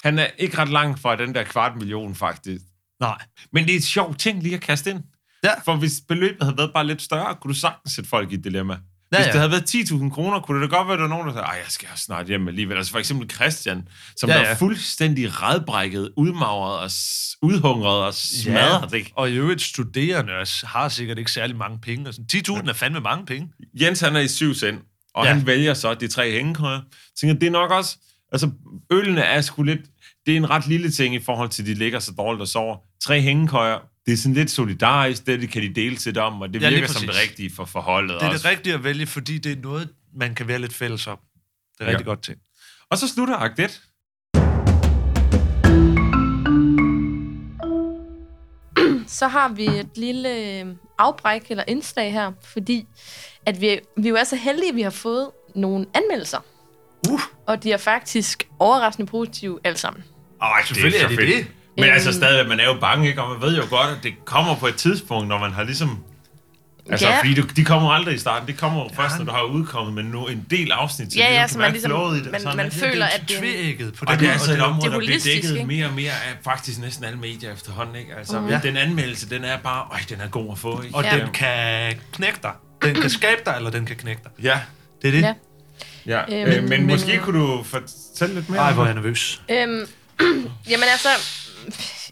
[SPEAKER 3] Han er ikke ret langt fra den der kvart million, faktisk.
[SPEAKER 2] Nej.
[SPEAKER 3] Men det er et sjovt ting lige at kaste ind.
[SPEAKER 2] Ja.
[SPEAKER 3] For hvis beløbet havde været bare lidt større, kunne du sagtens sætte folk i et dilemma. Ja,
[SPEAKER 2] Ja,
[SPEAKER 3] hvis
[SPEAKER 2] ja.
[SPEAKER 3] det havde været 10.000 kroner, kunne det da godt være, at der var nogen, der sagde, "Ej, jeg skal også snart hjem alligevel. Altså for eksempel Christian, som ja,
[SPEAKER 2] Ja,
[SPEAKER 3] ja.
[SPEAKER 2] ja.
[SPEAKER 3] er fuldstændig redbrækket, udmagret og s- udhungret og smadret. Ja. Ikke?
[SPEAKER 2] Og i øvrigt, studerende også har sikkert ikke særlig mange penge. Og sådan. 10.000 er fandme mange penge.
[SPEAKER 3] Jens han er i syv cent, og ja.
[SPEAKER 2] Ja.
[SPEAKER 3] han vælger så de tre hængekøjer. Tænker, det er nok også... Altså, ølene er sgu lidt... Det er en ret lille ting i forhold til, at de ligger så dårligt og sover. Tre hængekøjer, det er sådan lidt solidarisk, det, det kan de dele til dem, og det
[SPEAKER 2] Ja,
[SPEAKER 3] ja,
[SPEAKER 2] lige
[SPEAKER 3] virker som det
[SPEAKER 2] præcis.
[SPEAKER 3] rigtige for forholdet
[SPEAKER 2] Det er
[SPEAKER 3] også.
[SPEAKER 2] det rigtige at vælge, fordi det er noget, man kan være lidt fælles om. Det er rigtig
[SPEAKER 3] Ja.
[SPEAKER 2] godt ting.
[SPEAKER 3] Og så slutter akt 1.
[SPEAKER 7] Så har vi et lille øh, afbræk eller indslag her, fordi at vi, vi jo er så heldige, at vi har fået nogle anmeldelser.
[SPEAKER 2] Uh.
[SPEAKER 7] Og de er faktisk overraskende positive alle sammen.
[SPEAKER 3] Ej,
[SPEAKER 2] Selvfølgelig er
[SPEAKER 3] så
[SPEAKER 2] det
[SPEAKER 3] fedt.
[SPEAKER 2] det.
[SPEAKER 3] Men
[SPEAKER 7] Øhm.
[SPEAKER 3] altså stadigvæk, man er jo bange, ikke? Og man ved jo godt, at det kommer på et tidspunkt, når man har ligesom... Altså,
[SPEAKER 7] Ja.
[SPEAKER 3] fordi du, de kommer aldrig i starten. Det kommer jo først, når du har udkommet med nu en del afsnit til.
[SPEAKER 7] Ja,
[SPEAKER 3] det,
[SPEAKER 7] ja,
[SPEAKER 3] du
[SPEAKER 7] så
[SPEAKER 3] kan
[SPEAKER 7] man
[SPEAKER 3] være
[SPEAKER 7] ligesom-
[SPEAKER 3] flået i det og
[SPEAKER 7] man-
[SPEAKER 3] sådan,
[SPEAKER 7] man
[SPEAKER 3] ikke?
[SPEAKER 7] føler,
[SPEAKER 2] det er
[SPEAKER 7] at det-
[SPEAKER 2] tvækket på
[SPEAKER 3] Og
[SPEAKER 2] den
[SPEAKER 3] det er
[SPEAKER 2] måde,
[SPEAKER 3] altså et
[SPEAKER 2] det-
[SPEAKER 3] område,
[SPEAKER 7] det er
[SPEAKER 3] der bliver
[SPEAKER 7] holistisk,
[SPEAKER 3] dækket
[SPEAKER 7] ikke?
[SPEAKER 3] mere og mere af faktisk næsten alle medier efterhånden. Ikke? Altså,
[SPEAKER 2] Ja.
[SPEAKER 3] Den anmeldelse, den er bare, øj, den er god at få. Ikke?
[SPEAKER 2] Og
[SPEAKER 7] Ja.
[SPEAKER 2] den kan knække dig. Den kan skabe dig, eller den kan knække dig.
[SPEAKER 3] Ja,
[SPEAKER 2] Det er det.
[SPEAKER 7] Ja.
[SPEAKER 3] ja.
[SPEAKER 7] Øhm,
[SPEAKER 3] Øh, men, men
[SPEAKER 7] men-
[SPEAKER 3] måske kunne du fortælle lidt mere.
[SPEAKER 2] Ej,
[SPEAKER 3] om
[SPEAKER 2] hvor er
[SPEAKER 3] det?
[SPEAKER 2] jeg nervøs.
[SPEAKER 7] Øhm, jamen altså,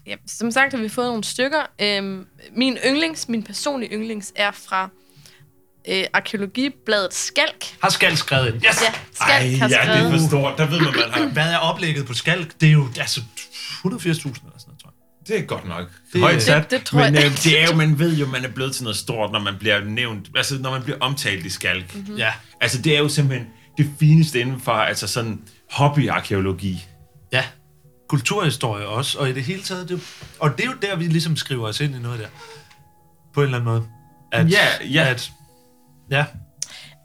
[SPEAKER 7] ja, som sagt har vi fået nogle stykker. Øhm, min yndlings, min personlige yndlings, er fra øh, Arkeologibladet Skalk.
[SPEAKER 2] Har Skalk skrevet ind? Yes!
[SPEAKER 7] Ja, Skalk Ej, har
[SPEAKER 3] ja, det er
[SPEAKER 7] skrevet.
[SPEAKER 3] for stort. Der ved man, man har.
[SPEAKER 2] Hvad er oplægget på Skalk? Det er jo altså 180.000 eller sådan noget, tror jeg.
[SPEAKER 3] Det er godt nok.
[SPEAKER 2] Det-
[SPEAKER 3] Højt
[SPEAKER 2] det-
[SPEAKER 3] sat.
[SPEAKER 7] det tror
[SPEAKER 3] men
[SPEAKER 7] jeg-
[SPEAKER 3] øh, det er jo, man ved jo, man er blevet til noget stort, når man bliver nævnt, altså når man bliver omtalt i skalk.
[SPEAKER 7] Mhm.
[SPEAKER 3] Mm-hmm.
[SPEAKER 2] Ja.
[SPEAKER 3] Altså det er jo simpelthen det fineste inden for altså sådan hobbyarkeologi.
[SPEAKER 2] Ja. Kulturhistorie også, og i det hele taget, det, og det er jo der, vi ligesom skriver os ind i noget der. På en eller anden måde. At,
[SPEAKER 3] Ja, ja.
[SPEAKER 2] At, ja.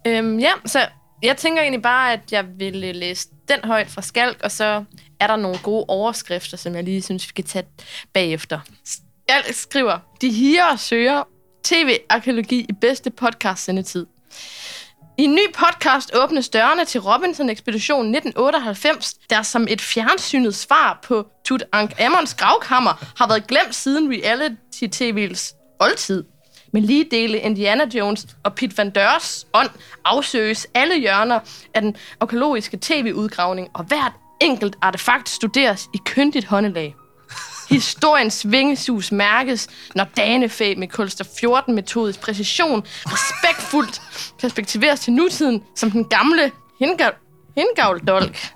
[SPEAKER 7] Øhm, ja, så jeg tænker egentlig bare, at jeg vil øh, læse den højt fra Skalk, og så er der nogle gode overskrifter, som jeg lige synes, vi kan tage bagefter. Skalk skriver, de higer og søger tv-arkeologi i bedste podcast-sendetid. I en ny podcast åbnes dørene til Robinson-ekspeditionen 1998, der som et fjernsynet svar på Tutankhamons gravkammer har været glemt siden reality-tv's oldtid. Men lige dele Indiana Jones og Pete Van Dørs ånd afsøges alle hjørner af den arkeologiske tv-udgravning, og hvert enkelt artefakt studeres i kyndigt håndelag. Historiens vingesus mærkes, når danefæ med kulstof 14 metodisk præcision respektfuldt perspektiveres til nutiden som den gamle hengav hengavldolk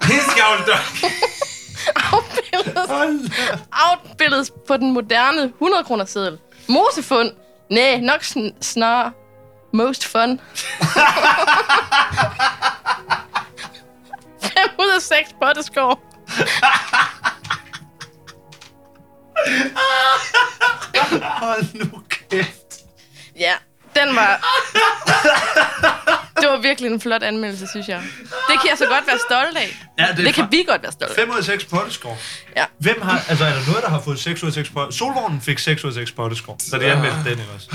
[SPEAKER 7] afbildes, afbildes på den moderne 100 kroner seddel. Mosefund, Nej, nok sn- snarere most fun. 5 ud af 6 potteskår.
[SPEAKER 2] Hold nu kæft.
[SPEAKER 7] Ja, den var... Det var virkelig en flot anmeldelse, synes jeg. Det kan jeg så godt være stolt af.
[SPEAKER 2] Ja,
[SPEAKER 7] Det, det kan vi godt være stolte af.
[SPEAKER 2] 5 ud af 6 potteskår.
[SPEAKER 7] Ja.
[SPEAKER 2] Hvem har, altså er der noget, der har fået 6 ud af 6 potteskår? Solvognen fik 6 ud af 6 potteskår, så det anmeldte den ikke også.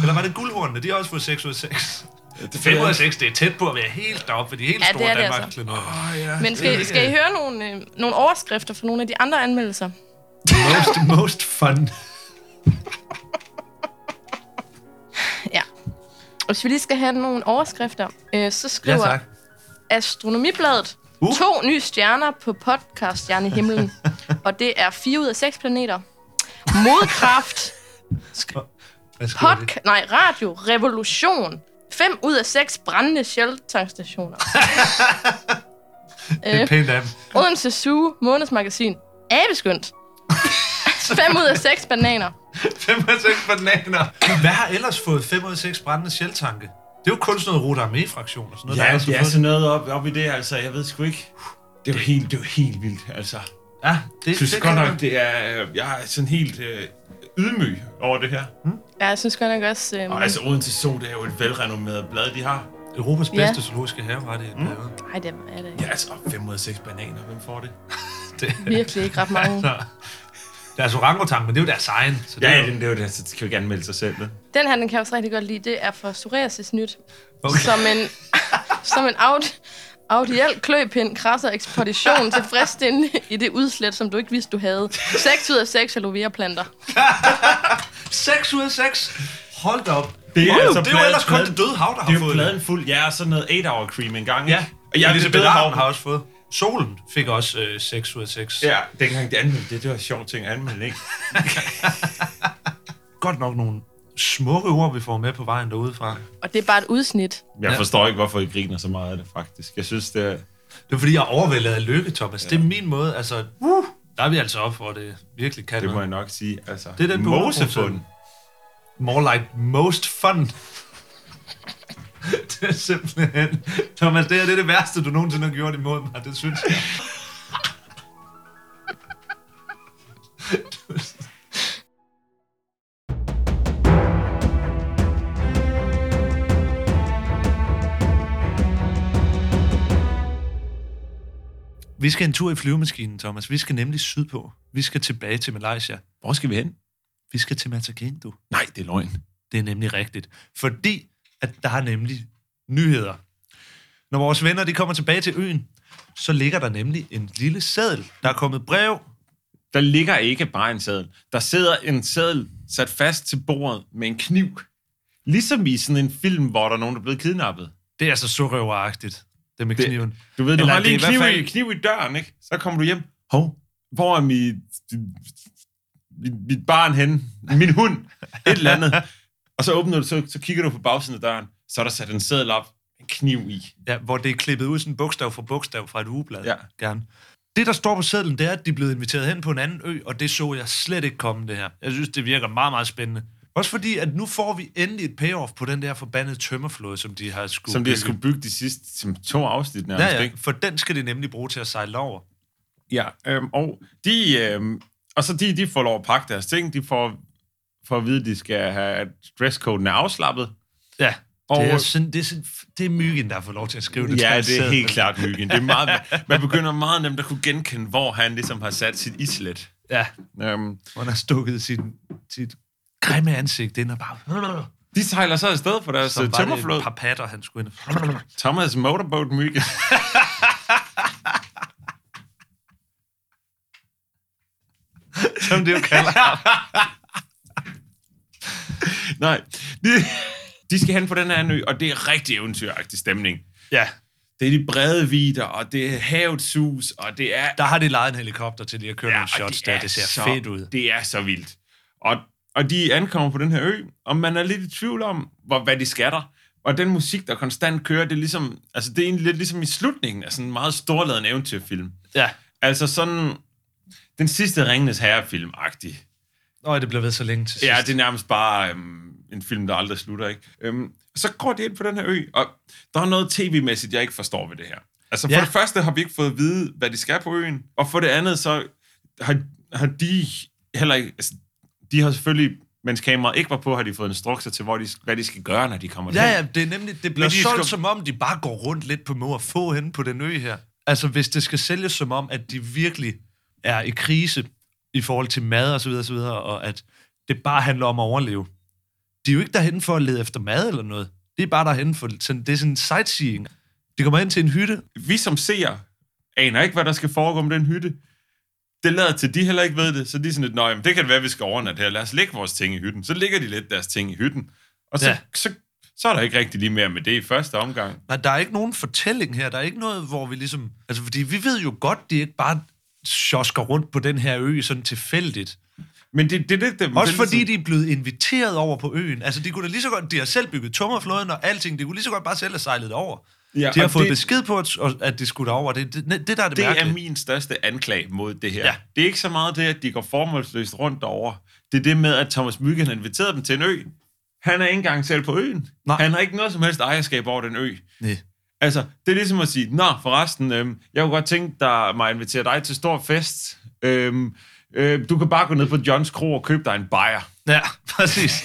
[SPEAKER 2] Eller var det guldhornene? De har også fået 6 ud af 6.
[SPEAKER 3] Det
[SPEAKER 2] 5 ud af 6, det er tæt på at være helt deroppe, for de helt
[SPEAKER 7] Ja,
[SPEAKER 2] store
[SPEAKER 7] det er det
[SPEAKER 2] Danmark.
[SPEAKER 7] altså.
[SPEAKER 2] Altså. Oh,
[SPEAKER 7] Men skal, skal I høre nogle, øh, nogle overskrifter fra nogle af de andre anmeldelser? altså.
[SPEAKER 2] Most, most fun.
[SPEAKER 7] Ja. Og hvis vi lige skal have nogle overskrifter, øh, så skriver ja, Astronomibladet
[SPEAKER 2] Uh.
[SPEAKER 7] uh. to nye stjerner på podcast Stjernehimlen. og det er fire ud af seks planeter. Modkraft.
[SPEAKER 2] Hvad skriver de?
[SPEAKER 7] Podca- nej, radio. Revolution. 5 ud af 6 brændende sjeltankstationer.
[SPEAKER 2] Det er pænt af dem.
[SPEAKER 7] Øh, Odense Zoo, månedsmagasin. Abeskyndt. 5 ud af 6 bananer.
[SPEAKER 2] 5 ud af 6 bananer. Hvad har ellers fået 5 ud af 6 brændende sjeltanke? Det er jo kun sådan noget Rute Armee-fraktion og sådan noget. der
[SPEAKER 3] Ja,
[SPEAKER 2] ellers har
[SPEAKER 3] det er
[SPEAKER 2] fået-
[SPEAKER 3] sådan noget op, op i det, altså. Jeg ved sgu ikke. Det er jo helt, det er jo helt vildt, altså. Jeg
[SPEAKER 2] Ja, det,
[SPEAKER 3] synes
[SPEAKER 2] det
[SPEAKER 3] godt
[SPEAKER 2] kan
[SPEAKER 3] nok,
[SPEAKER 2] man.
[SPEAKER 3] det er... øh, Jeg er sådan helt øh, ydmyg over det her.
[SPEAKER 7] Ja, jeg synes godt nok også... Øh,
[SPEAKER 3] Og altså, Odense Zoo, det er jo et velrenommeret blad, de har.
[SPEAKER 2] Europas
[SPEAKER 7] Ja. Mm.
[SPEAKER 2] bedste zoologiske haveret i en periode.
[SPEAKER 7] Nej, det er det
[SPEAKER 3] Ja, altså, 5 ud af 6 bananer, hvem får det?
[SPEAKER 2] Det-
[SPEAKER 7] virkelig ikke ret mange.
[SPEAKER 2] Altså, deres orangutang, men det er jo deres egen. Så det
[SPEAKER 3] Ja,
[SPEAKER 2] er
[SPEAKER 3] ja,
[SPEAKER 2] jo-
[SPEAKER 3] det er jo det, så kan jo ikke anmelde sig selv. vel?
[SPEAKER 7] Den her, den kan jeg også rigtig godt lide. Det er fra Psoriasis Nyt.
[SPEAKER 2] Okay.
[SPEAKER 7] Okay. Som en, som en audi, audiel kløpind krasser ekspedition til fristinde i det udslæt, som du ikke vidste, du havde. 6 ud af 6 aloe vera planter.
[SPEAKER 2] 6 ud af 6. Hold da op.
[SPEAKER 3] Det er
[SPEAKER 2] Wow,
[SPEAKER 3] altså
[SPEAKER 2] det er jo
[SPEAKER 3] pladen-
[SPEAKER 2] ellers kun
[SPEAKER 3] pladen-
[SPEAKER 2] det døde hav, der har
[SPEAKER 3] Det er jo
[SPEAKER 2] fået det.
[SPEAKER 3] pladen fuld. Ja, og sådan noget 8-hour cream engang,
[SPEAKER 2] Ja,
[SPEAKER 3] ikke?
[SPEAKER 2] og jeg Elisabeth
[SPEAKER 3] bedre
[SPEAKER 2] Havn har også fået. Solen fik også øh, 6 ud af 6.
[SPEAKER 3] Ja, dengang de anmeldte det, det var en sjov ting at anmelde, ikke?
[SPEAKER 2] Godt nok nogle smukke ord, vi får med på vejen derude fra.
[SPEAKER 7] Og det er bare et udsnit.
[SPEAKER 3] Jeg
[SPEAKER 2] Ja.
[SPEAKER 3] forstår ikke, hvorfor I griner så meget af det, faktisk. Jeg synes, det er...
[SPEAKER 2] Det er fordi, jeg er overvældet af lykke, Thomas. Det er min måde, altså... Uh, der er vi altså op, hvor det virkelig kan
[SPEAKER 3] Det må
[SPEAKER 2] noget.
[SPEAKER 3] jeg nok sige. Altså,
[SPEAKER 2] Det er den på
[SPEAKER 3] mosefund.
[SPEAKER 2] undergrundsiden. More like most fun. det er simpelthen... Thomas, det her det er det værste, du nogensinde har gjort imod mig, det synes jeg. Vi skal en tur i flyvemaskinen, Thomas. Vi skal nemlig sydpå. Vi skal tilbage til Malaysia.
[SPEAKER 3] Hvor skal vi hen?
[SPEAKER 2] Vi skal til Mataking, du.
[SPEAKER 3] Nej, det er løgn.
[SPEAKER 2] Det er nemlig rigtigt. Fordi at der er nemlig nyheder. Når vores venner de kommer tilbage til øen, så ligger der nemlig en lille seddel. Der er kommet brev.
[SPEAKER 3] Der ligger ikke bare en seddel. Der sidder en seddel sat fast til bordet med en kniv. Ligesom i sådan en film, hvor der er nogen, der er blevet kidnappet.
[SPEAKER 2] Det er altså sørøveragtigt. Det med
[SPEAKER 3] Det-
[SPEAKER 2] kniven.
[SPEAKER 3] Du ved, du
[SPEAKER 2] Eller
[SPEAKER 3] har lige en
[SPEAKER 2] det er i
[SPEAKER 3] kniv,
[SPEAKER 2] hvert
[SPEAKER 3] i, kniv i døren, ikke? Så kommer du hjem. Hov, hvor er mit, mit, mit barn henne? Min hund? Et eller andet. Og så åbner du, så, så kigger du på bagsiden af døren. Så er der sat en seddel op. En kniv i.
[SPEAKER 2] Ja, hvor det er klippet ud sådan bogstav for bogstav fra et ugeblad.
[SPEAKER 3] Ja.
[SPEAKER 2] Gerne. Det, der står på sedlen, det er, at de er blevet inviteret hen på en anden ø, og det så jeg slet ikke komme, det her. Jeg synes, det virker meget, meget spændende. Også fordi, at nu får vi endelig et payoff på den der forbandede tømmerflåde, som de har skulle
[SPEAKER 3] Som de har
[SPEAKER 2] bygge.
[SPEAKER 3] skulle bygge de sidste som to afsnit nærmest,
[SPEAKER 2] Ja, ja,
[SPEAKER 3] ikke?
[SPEAKER 2] for den skal de nemlig bruge til at sejle over.
[SPEAKER 3] Ja, øhm, og de, øhm, og så de, de får lov at pakke deres ting, de får, får at vide, at de skal have, at dresscoden er afslappet.
[SPEAKER 2] Ja, og
[SPEAKER 3] Og-
[SPEAKER 2] det er, sådan, det, er sådan, det er myggen, der får lov til at skrive det.
[SPEAKER 3] Ja,
[SPEAKER 2] tror jeg,
[SPEAKER 3] det er
[SPEAKER 2] selv.
[SPEAKER 3] helt klart myggen. Det er meget, man begynder meget nemt at kunne genkende, hvor han ligesom har sat sit islet.
[SPEAKER 2] Ja,
[SPEAKER 3] Øhm,
[SPEAKER 2] hvor han har stukket sit, sit grimme ansigt ind og bare...
[SPEAKER 3] de sejler så afsted på deres
[SPEAKER 2] Så
[SPEAKER 3] øh,
[SPEAKER 2] var det
[SPEAKER 3] tømmerflåd.
[SPEAKER 2] et par patter, han skulle ind.
[SPEAKER 3] Thomas Motorboat Myggen.
[SPEAKER 2] Som det jo kalder.
[SPEAKER 3] Nej, de, de skal hen på den her anden ø, og det er rigtig eventyragtig stemning.
[SPEAKER 2] ja,
[SPEAKER 3] Det er de brede vider, og det er havets sus, og det er
[SPEAKER 2] der har de lejet en helikopter til lige at køre ja, nogle
[SPEAKER 3] og
[SPEAKER 2] shots der.
[SPEAKER 3] er
[SPEAKER 2] Det ser
[SPEAKER 3] så,
[SPEAKER 2] fedt ud.
[SPEAKER 3] Det er så vildt. Og, og de ankommer på den her ø, og man er lidt i tvivl om, hvor, hvad de skatter. Og den musik, der konstant kører, det er, ligesom, altså, det er egentlig lidt ligesom i slutningen af sådan en meget storladen eventyrfilm.
[SPEAKER 2] Ja.
[SPEAKER 3] Altså sådan den sidste Ringenes Herre-film-agtig.
[SPEAKER 2] Nå, det blev ved så længe til sidst.
[SPEAKER 3] Ja, det er nærmest bare øhm, en film, der aldrig slutter, ikke? Øhm, så går det ind på den her ø, og der er noget tv-mæssigt, jeg ikke forstår ved det her. Altså for
[SPEAKER 2] Ja.
[SPEAKER 3] ja. det første har vi ikke fået at vide, hvad de skal på øen, og for det andet så har, har de heller ikke... Altså, de har selvfølgelig, mens kameraet ikke var på, har de fået instrukser til, hvor de, hvad de skal gøre, når de kommer
[SPEAKER 2] Ja,
[SPEAKER 3] derhen.
[SPEAKER 2] ja, det er nemlig, det bliver
[SPEAKER 3] Men de
[SPEAKER 2] solgt
[SPEAKER 3] skal-
[SPEAKER 2] som om, de bare går rundt lidt på må og få henne på den ø her. Altså, hvis det skal sælges som om, at de virkelig er i krise i forhold til mad og så videre, og så videre, og at det bare handler om at overleve. De er jo ikke derhen for at lede efter mad eller noget. Det er bare derhen for, sådan, det er sådan sightseeing. De kommer hen til en hytte.
[SPEAKER 3] vi som seer aner ikke, hvad der skal foregå med den hytte. Det lader til, de heller ikke ved det, så de er sådan lidt, nej, det kan det være, vi skal overnatte her, lad os lægge vores ting i hytten. Så ligger de lidt deres ting i hytten, og så,
[SPEAKER 2] Ja.
[SPEAKER 3] ja. så, så er der ikke rigtig lige mere med det i første omgang.
[SPEAKER 2] Nej, der er ikke nogen fortælling her. Der er ikke noget, hvor vi ligesom... Altså, fordi vi ved jo godt, de ikke bare sjosker rundt på den her ø sådan tilfældigt.
[SPEAKER 3] Men det, det, det, det
[SPEAKER 2] Også
[SPEAKER 3] det,
[SPEAKER 2] fordi de er blevet inviteret over på øen. Altså, de kunne da lige så godt, de har selv bygget tummerflåden og alting, de kunne lige så godt bare selv have sejlet over. Ja,
[SPEAKER 3] Ja,
[SPEAKER 2] de har
[SPEAKER 3] og
[SPEAKER 2] fået det,
[SPEAKER 3] det-
[SPEAKER 2] besked på, at, og- at de skulle derover. Det, det, det der er det,
[SPEAKER 3] det
[SPEAKER 2] mærkelige.
[SPEAKER 3] er min største anklage mod det her.
[SPEAKER 2] Ja.
[SPEAKER 3] Ja. Det er ikke så meget det, at de går formålsløst rundt derovre. Det er det med, at Thomas Myggen har inviteret dem til en ø. Han er ikke engang selv på øen.
[SPEAKER 2] Nej.
[SPEAKER 3] Nej. Han har ikke noget som helst ejerskab over den ø.
[SPEAKER 2] Næ.
[SPEAKER 3] Altså, det er ligesom at sige, nå, forresten, øhm, jeg kunne godt tænke dig, mig at invitere dig til stor fest. Øhm, øh, du kan bare gå ned på Johns Kro og købe dig en bajer.
[SPEAKER 2] Ja, præcis.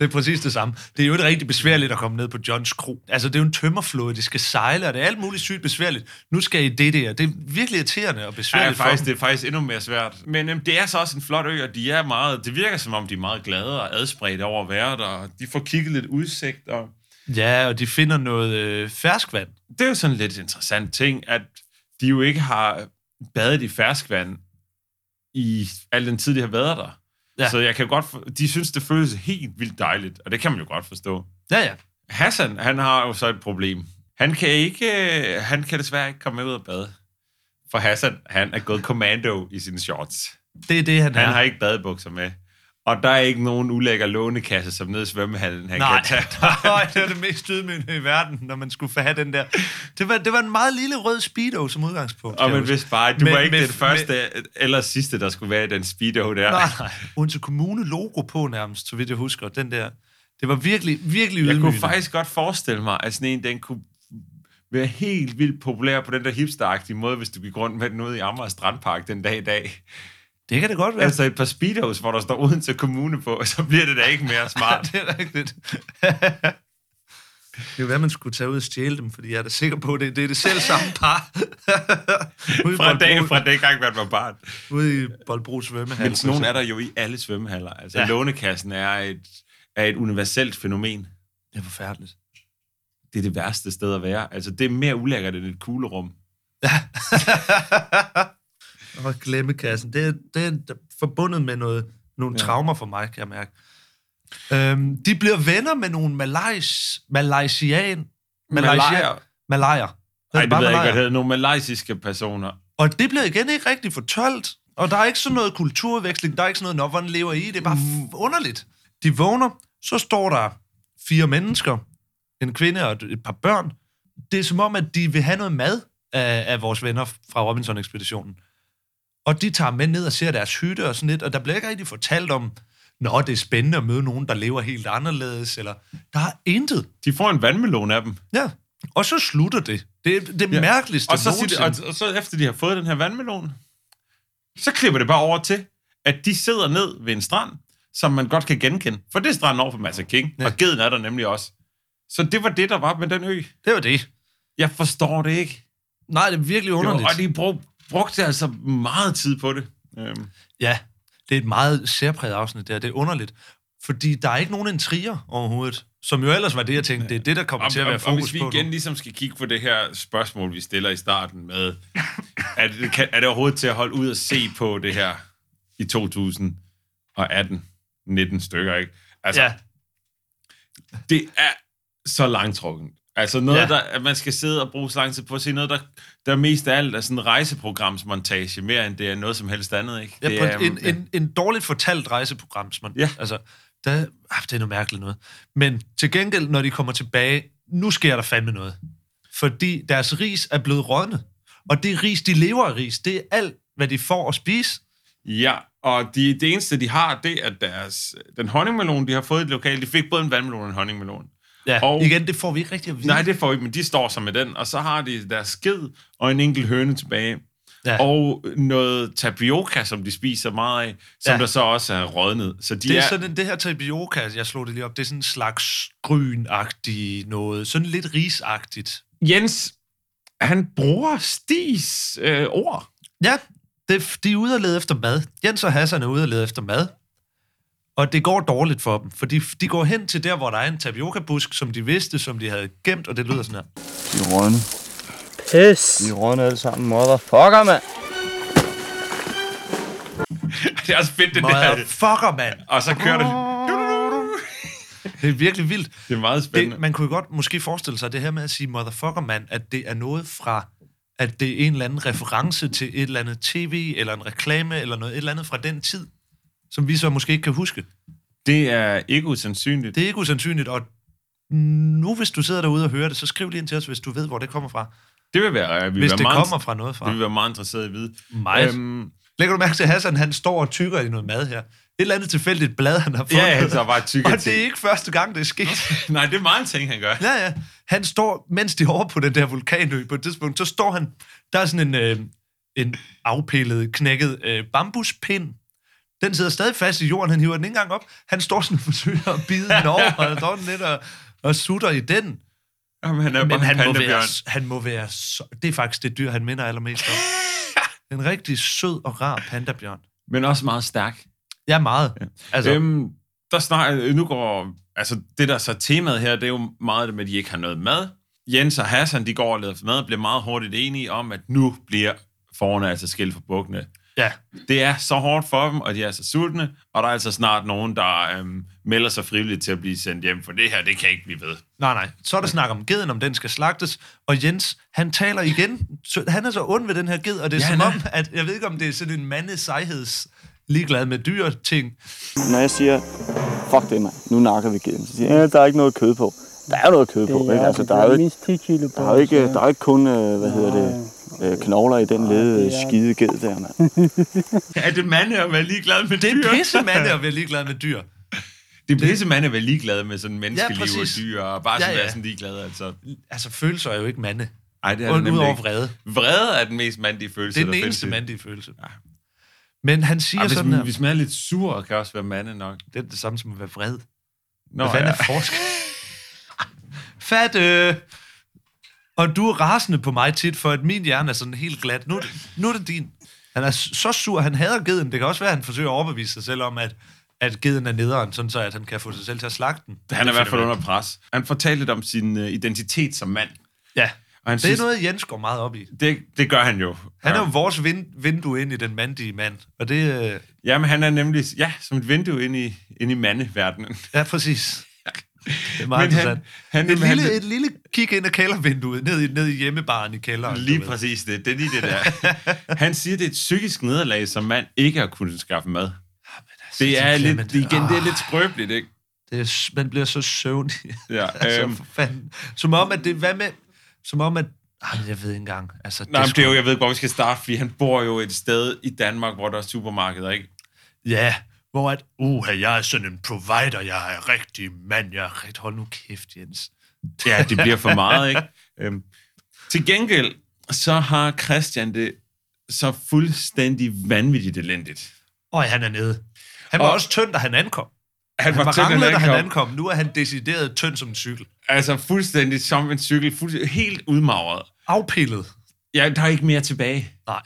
[SPEAKER 2] det er præcis det samme. Det er jo ikke rigtig besværligt at komme ned på Johns Kro. Altså, det er jo en tømmerflåde, de skal sejle, og det er alt muligt sygt besværligt. Nu skal I det der. Det er virkelig irriterende og
[SPEAKER 3] Ja,
[SPEAKER 2] besværligt
[SPEAKER 3] faktisk,
[SPEAKER 2] for
[SPEAKER 3] det er faktisk endnu mere svært. Men øhm, det er så også en flot ø, og de er meget, det virker som om, de er meget glade og adspredte over at være der. og De får kigget lidt udsigt, og
[SPEAKER 2] dem. Ja, og de finder noget øh, ferskvand.
[SPEAKER 3] det er jo sådan lidt interessant ting, at de jo ikke har badet i ferskvand i al den tid, de har været der.
[SPEAKER 2] Ja.
[SPEAKER 3] Ja. Så jeg kan godt for, de synes, det føles helt vildt dejligt, og det kan man jo godt forstå.
[SPEAKER 2] Ja, ja.
[SPEAKER 3] Hassan, han har jo så et problem. Han kan, ikke, øh, han kan desværre ikke komme med ud og bade. For Hassan, han er gået kommando i sine shorts.
[SPEAKER 2] Det er det, han,
[SPEAKER 3] Han
[SPEAKER 2] er.
[SPEAKER 3] har ikke badebukser med. Og der er ikke nogen ulækker lånekasse, som nede i svømmehallen, han
[SPEAKER 2] Nej,
[SPEAKER 3] kan tage.
[SPEAKER 2] nej, det var det mest ydmygende i verden, når man skulle have den der. Det var, det var en meget lille rød speedo som udgangspunkt. kan
[SPEAKER 3] Og
[SPEAKER 2] jeg
[SPEAKER 3] man
[SPEAKER 2] huske.
[SPEAKER 3] vidste bare, at du
[SPEAKER 2] Men-
[SPEAKER 3] var ikke
[SPEAKER 2] men-
[SPEAKER 3] den første eller sidste, der skulle være i den speedo der.
[SPEAKER 2] Nej, nej. Odense Kommune logo på nærmest, så vidt jeg husker. Den der. Det var virkelig, virkelig
[SPEAKER 3] Jeg
[SPEAKER 2] ydmygende.
[SPEAKER 3] kunne faktisk godt forestille mig, at sådan en, den kunne være helt vildt populær på den der hipsteragtige måde, hvis du gik rundt med den ude i Amager Strandpark den dag i dag.
[SPEAKER 2] Det kan det godt være.
[SPEAKER 3] Altså et par speedos, hvor der står Odense Kommune på, så bliver det da ikke mere smart.
[SPEAKER 2] det er rigtigt. det er jo hvad, man skulle tage ud og stjæle dem, fordi jeg er da sikker på, at det, det er det selv samme par. ude, i
[SPEAKER 3] fra, dag,
[SPEAKER 2] Bolbro-
[SPEAKER 3] fra den gang, man var barn.
[SPEAKER 2] ude i Bolbro svømmehal.
[SPEAKER 3] Men sådan nogle er der jo i alle svømmehaller. Altså
[SPEAKER 2] Ja.
[SPEAKER 3] ja. lånekassen er et, er et universelt fænomen.
[SPEAKER 2] Det er forfærdeligt.
[SPEAKER 3] Det er det værste sted at være. Altså det er mere ulækkert end et kuglerum.
[SPEAKER 2] Og glemmekassen. Det, er- det er forbundet med noget, nogle ja. traumer for mig, kan jeg mærke. Øhm, de bliver venner med nogle malajs, malaysian...
[SPEAKER 3] Malajer.
[SPEAKER 2] Malajer. Hedder
[SPEAKER 3] Nej, det
[SPEAKER 2] bare
[SPEAKER 3] ved jeg ikke, hvad
[SPEAKER 2] malajer?
[SPEAKER 3] det hedder. Nogle malaysiske personer.
[SPEAKER 2] Og det bliver igen ikke rigtig fortalt. Og der er ikke sådan noget kulturveksling, der er ikke sådan noget, "Nå, hvordan lever I? Det er bare
[SPEAKER 3] Mm.
[SPEAKER 2] f- underligt. De vågner, så står der fire mennesker, en kvinde og et- et par børn. Det er som om, at de vil have noget mad af, af vores venner fra Robinson-ekspeditionen. Og de tager med ned og ser deres hytte og sådan lidt, og der bliver ikke rigtig fortalt om, nå, det er spændende at møde nogen, der lever helt anderledes, eller der er intet.
[SPEAKER 3] De får en vandmelon af dem.
[SPEAKER 2] Ja. Og så slutter det. Det er det ja.
[SPEAKER 3] Ja.
[SPEAKER 2] mærkeligste
[SPEAKER 3] Og så, siger
[SPEAKER 2] nogensinde.
[SPEAKER 3] de, og, og så efter de har fået den her vandmelon, så klipper det bare over til, at de sidder ned ved en strand, som man godt kan genkende. For det er stranden over på Massa King,
[SPEAKER 2] Ja.
[SPEAKER 3] ja. og geden er der nemlig også. Så det var det, der var med den ø.
[SPEAKER 2] Det var det.
[SPEAKER 3] Jeg forstår det ikke.
[SPEAKER 2] Nej, det er virkelig underligt.
[SPEAKER 3] Jo, og de brug, brugte altså meget tid på det. Øhm,
[SPEAKER 2] Ja, det er et meget særpræget afsnit der. Det er underligt. Fordi der er ikke nogen intriger overhovedet. Som jo ellers var det, jeg tænkte, det er det, der kommer til at være
[SPEAKER 3] og
[SPEAKER 2] fokus
[SPEAKER 3] hvis vi
[SPEAKER 2] på
[SPEAKER 3] igen
[SPEAKER 2] nu.
[SPEAKER 3] ligesom skal kigge på det her spørgsmål, vi stiller i starten med, er det, kan, er det overhovedet til at holde ud og se på det her i 2018? 19 stykker, ikke? Altså,
[SPEAKER 2] Ja,
[SPEAKER 3] ja. det er så langtrukken. Altså noget,
[SPEAKER 2] Ja.
[SPEAKER 3] ja. der, at man skal sidde og bruge så lang tid på at se noget, der, der mest af alt er sådan en rejseprogramsmontage, mere end det er noget som helst andet, ikke?
[SPEAKER 2] ja
[SPEAKER 3] det
[SPEAKER 2] på
[SPEAKER 3] er,
[SPEAKER 2] en, en, en dårligt fortalt rejseprogram. Som man,
[SPEAKER 3] Ja.
[SPEAKER 2] Altså, der, ah, det er noget mærkeligt noget. Men til gengæld, når de kommer tilbage, nu sker der fandme noget. Fordi deres ris er blevet rådnet. Og det ris, de lever af ris, det er alt, hvad de får at spise.
[SPEAKER 3] Ja, Og de, det eneste, de har, det er deres, den honningmelon, de har fået i det lokale. De fik både en vandmelon og en honningmelon.
[SPEAKER 2] Ja,
[SPEAKER 3] Og-
[SPEAKER 2] og... igen, det får vi ikke rigtig at vide.
[SPEAKER 3] Nej, det får vi ikke, men de står så med den. Og så har de deres sked og en enkelt høne tilbage.
[SPEAKER 2] Ja.
[SPEAKER 3] Og noget tapioca, som de spiser meget af, som ja.
[SPEAKER 2] Ja.
[SPEAKER 3] der så også er rådnet. Så de
[SPEAKER 2] Det er
[SPEAKER 3] er
[SPEAKER 2] sådan en, det her tapioca, jeg slog det lige op, det er sådan en slags grynagtig noget, sådan lidt risagtigt.
[SPEAKER 3] Jens, han bruger Stis øh, ord.
[SPEAKER 2] Ja, det, de er ude og lede efter mad. Jens og Hassan er ude og lede efter mad. Og det går dårligt for dem, for de, de går hen til der, hvor der er en tapioca-busk, som de vidste, som de havde gemt, og det lyder sådan her.
[SPEAKER 8] De er rådne.
[SPEAKER 6] Pis.
[SPEAKER 8] De er rådne alle sammen. Motherfucker, mand.
[SPEAKER 3] Det er også fedt, det der.
[SPEAKER 2] Motherfucker, mand!
[SPEAKER 3] Og så kører det.
[SPEAKER 2] Det er virkelig vildt.
[SPEAKER 3] Det er meget spændende.
[SPEAKER 2] Det,
[SPEAKER 3] Det,
[SPEAKER 2] man kunne jo godt måske forestille sig det her med at sige motherfucker, mand, at det er noget fra, at det er en eller anden reference til et eller andet tv, eller en reklame, eller noget et eller andet fra den tid, som vi så måske ikke kan huske.
[SPEAKER 3] det er ikke usandsynligt.
[SPEAKER 2] Det er ikke usandsynligt, og nu hvis du sidder derude og hører det, så skriv lige ind til os, hvis du ved, hvor det kommer fra.
[SPEAKER 3] Det vil være, øh, vi vil
[SPEAKER 2] Hvis
[SPEAKER 3] være
[SPEAKER 2] det
[SPEAKER 3] meget,
[SPEAKER 2] kommer fra noget fra.
[SPEAKER 3] Vi vil være meget interesseret i at vide.
[SPEAKER 2] Meget.
[SPEAKER 3] Øhm,
[SPEAKER 2] Lægger du mærke til, at Hassan han står og tykker i noget mad her? Et eller andet tilfældigt blad, han har fået.
[SPEAKER 3] ja, altså bare tykke
[SPEAKER 2] og det er ikke første gang, det er sket.
[SPEAKER 3] Nej, det er meget en ting, han gør.
[SPEAKER 2] Ja, ja. Han står, mens de er over på den der vulkanø på et tidspunkt, så står han, der er sådan en, øh, en afpillet, knækket øh, bambuspind. Den sidder stadig fast i jorden, han hiver den ikke engang op. Han står sådan og forsøger at bide den over, og står den lidt og, og sutter i den.
[SPEAKER 3] Jamen, han er
[SPEAKER 2] Men
[SPEAKER 3] bare
[SPEAKER 2] han
[SPEAKER 3] han
[SPEAKER 2] må, være,
[SPEAKER 3] pandabjørn.
[SPEAKER 2] han må være... Så, det er faktisk det dyr, han minder allermest om. En rigtig sød og rar pandabjørn.
[SPEAKER 3] Men også meget stærk.
[SPEAKER 2] Ja, meget. Altså,
[SPEAKER 3] Altså, øhm, der snart, øh, nu går, altså det der så er temaet her, det er jo meget det med, at de ikke har noget mad. Jens og Hassan, de går og leder efter mad, og bliver meget hurtigt enige om, at nu bliver forerne altså skilt fra bukkene.
[SPEAKER 2] ja.
[SPEAKER 3] Det er så hårdt for dem, og de er så sultne, og der er altså snart nogen, der øhm, melder sig frivilligt til at blive sendt hjem, for det her, det kan ikke blive ved.
[SPEAKER 2] Nej, nej. Så er der snak om geden, om den skal slagtes. Og Jens, han taler igen. Så, han er så ond ved den her ged, og det er
[SPEAKER 3] Ja,
[SPEAKER 2] ja, som
[SPEAKER 3] han
[SPEAKER 2] om, at jeg ved ikke, om det er sådan en mandes sejheds ligeglad med dyr ting.
[SPEAKER 8] Når jeg siger, fuck det, mand. Nu nakker vi geden. Så siger jeg, "Ja, der er ikke noget kød på. Der er jo noget kød på, ikke? Altså, der er jo ikke,
[SPEAKER 6] mindst 10 kilo på.
[SPEAKER 8] der er jo ikke, der er jo ikke kun, øh, hvad hedder det, øh, knogler i den lede skide ged der, mand.
[SPEAKER 3] Er det mande at være ligeglad med
[SPEAKER 2] Det
[SPEAKER 3] dyr?
[SPEAKER 2] er pissemand at være ligeglad med dyr.
[SPEAKER 3] Det er pisse mande at være ligeglad med sådan menneskeliv ja, og
[SPEAKER 2] præcis.
[SPEAKER 3] dyr, og bare sådan
[SPEAKER 2] Ja,
[SPEAKER 3] ja,
[SPEAKER 2] ja.
[SPEAKER 3] være sådan ligeglad, altså.
[SPEAKER 2] Altså, følelser er jo ikke mande.
[SPEAKER 3] Ej, det er det
[SPEAKER 2] Und,
[SPEAKER 3] nemlig
[SPEAKER 2] Udover
[SPEAKER 3] ikke.
[SPEAKER 2] vrede.
[SPEAKER 3] Vrede er den mest mandige følelse,
[SPEAKER 2] Det er den
[SPEAKER 3] der findes
[SPEAKER 2] eneste
[SPEAKER 3] i-
[SPEAKER 2] mandige følelse. Men han siger
[SPEAKER 3] Ja, hvis,
[SPEAKER 2] sådan her.
[SPEAKER 3] man, hvis man er lidt sur, kan også være mande nok.
[SPEAKER 2] Det er det samme som at være vred.
[SPEAKER 3] Nå,
[SPEAKER 2] Hvad fanden er forskel? Fat, øh. Og du er rasende på mig tit, for at min hjerne er sådan helt glat. Nu, er det- nu er det din. Han er s- så sur, han hader geden. Det kan også være, at han forsøger at overbevise sig selv om, at, at geden er nederen, sådan så at han kan få sig selv til at slagte den.
[SPEAKER 3] Han er i hvert fald under pres. Han fortalte lidt om sin øh, identitet som mand.
[SPEAKER 2] Ja.
[SPEAKER 3] Og han
[SPEAKER 2] Det er noget, Jens går meget op i.
[SPEAKER 3] det, det gør han jo.
[SPEAKER 2] Han er jo vores vind, vindue ind i den mandige mand. Og det øh,
[SPEAKER 3] Jamen, han er nemlig ja, som et vindue ind i, ind i mandeverdenen.
[SPEAKER 2] er præcis. Det er meget
[SPEAKER 3] Men han-
[SPEAKER 2] interessant.
[SPEAKER 3] han-
[SPEAKER 2] et,
[SPEAKER 3] men han-
[SPEAKER 2] lille, et lille kig ind ad kældervinduet, ned i, ned i hjemmebaren i kælderen. du
[SPEAKER 3] Lige
[SPEAKER 2] ved.
[SPEAKER 3] præcis det. Det er lige det der. Han siger, det er et psykisk nederlag som mand ikke at kunne skaffe mad. Det er, lidt,
[SPEAKER 2] Clement.
[SPEAKER 3] det, Ah. igen, det er lidt skrøbeligt, ikke?
[SPEAKER 2] Ah. Det er, man bliver så søvnig.
[SPEAKER 3] Ja,
[SPEAKER 2] altså,
[SPEAKER 3] øhm.
[SPEAKER 2] for fanden. Som om, at det... Hvad med... Som om, at... Ej, men jeg ved ikke engang. Altså,
[SPEAKER 3] Nej,
[SPEAKER 2] er
[SPEAKER 3] men
[SPEAKER 2] sgu-
[SPEAKER 3] det er jo, jeg ved ikke, hvor vi skal starte, fordi han bor jo et sted i Danmark, hvor der er supermarkeder, ikke?
[SPEAKER 2] Ja, hvor at... Uha, jeg er sådan en provider. Jeg er rigtig mand. Jeg er rigtig... Hold nu kæft, Jens.
[SPEAKER 3] Ja, det bliver for meget, ikke? Øhm. Til gengæld, så har Christian det så fuldstændig vanvittigt elendigt.
[SPEAKER 2] Og han er nede. Han var
[SPEAKER 3] Og-
[SPEAKER 2] også tynd, da han ankom.
[SPEAKER 3] Han
[SPEAKER 2] Han var
[SPEAKER 3] tynd,
[SPEAKER 2] ranglet, da han
[SPEAKER 3] ankom.
[SPEAKER 2] ankom. Nu er han decideret tynd som en cykel.
[SPEAKER 3] Altså fuldstændig som en cykel, fuldstændig, helt udmagret.
[SPEAKER 2] Afpillet.
[SPEAKER 3] Ja, der er ikke mere tilbage.
[SPEAKER 2] Nej.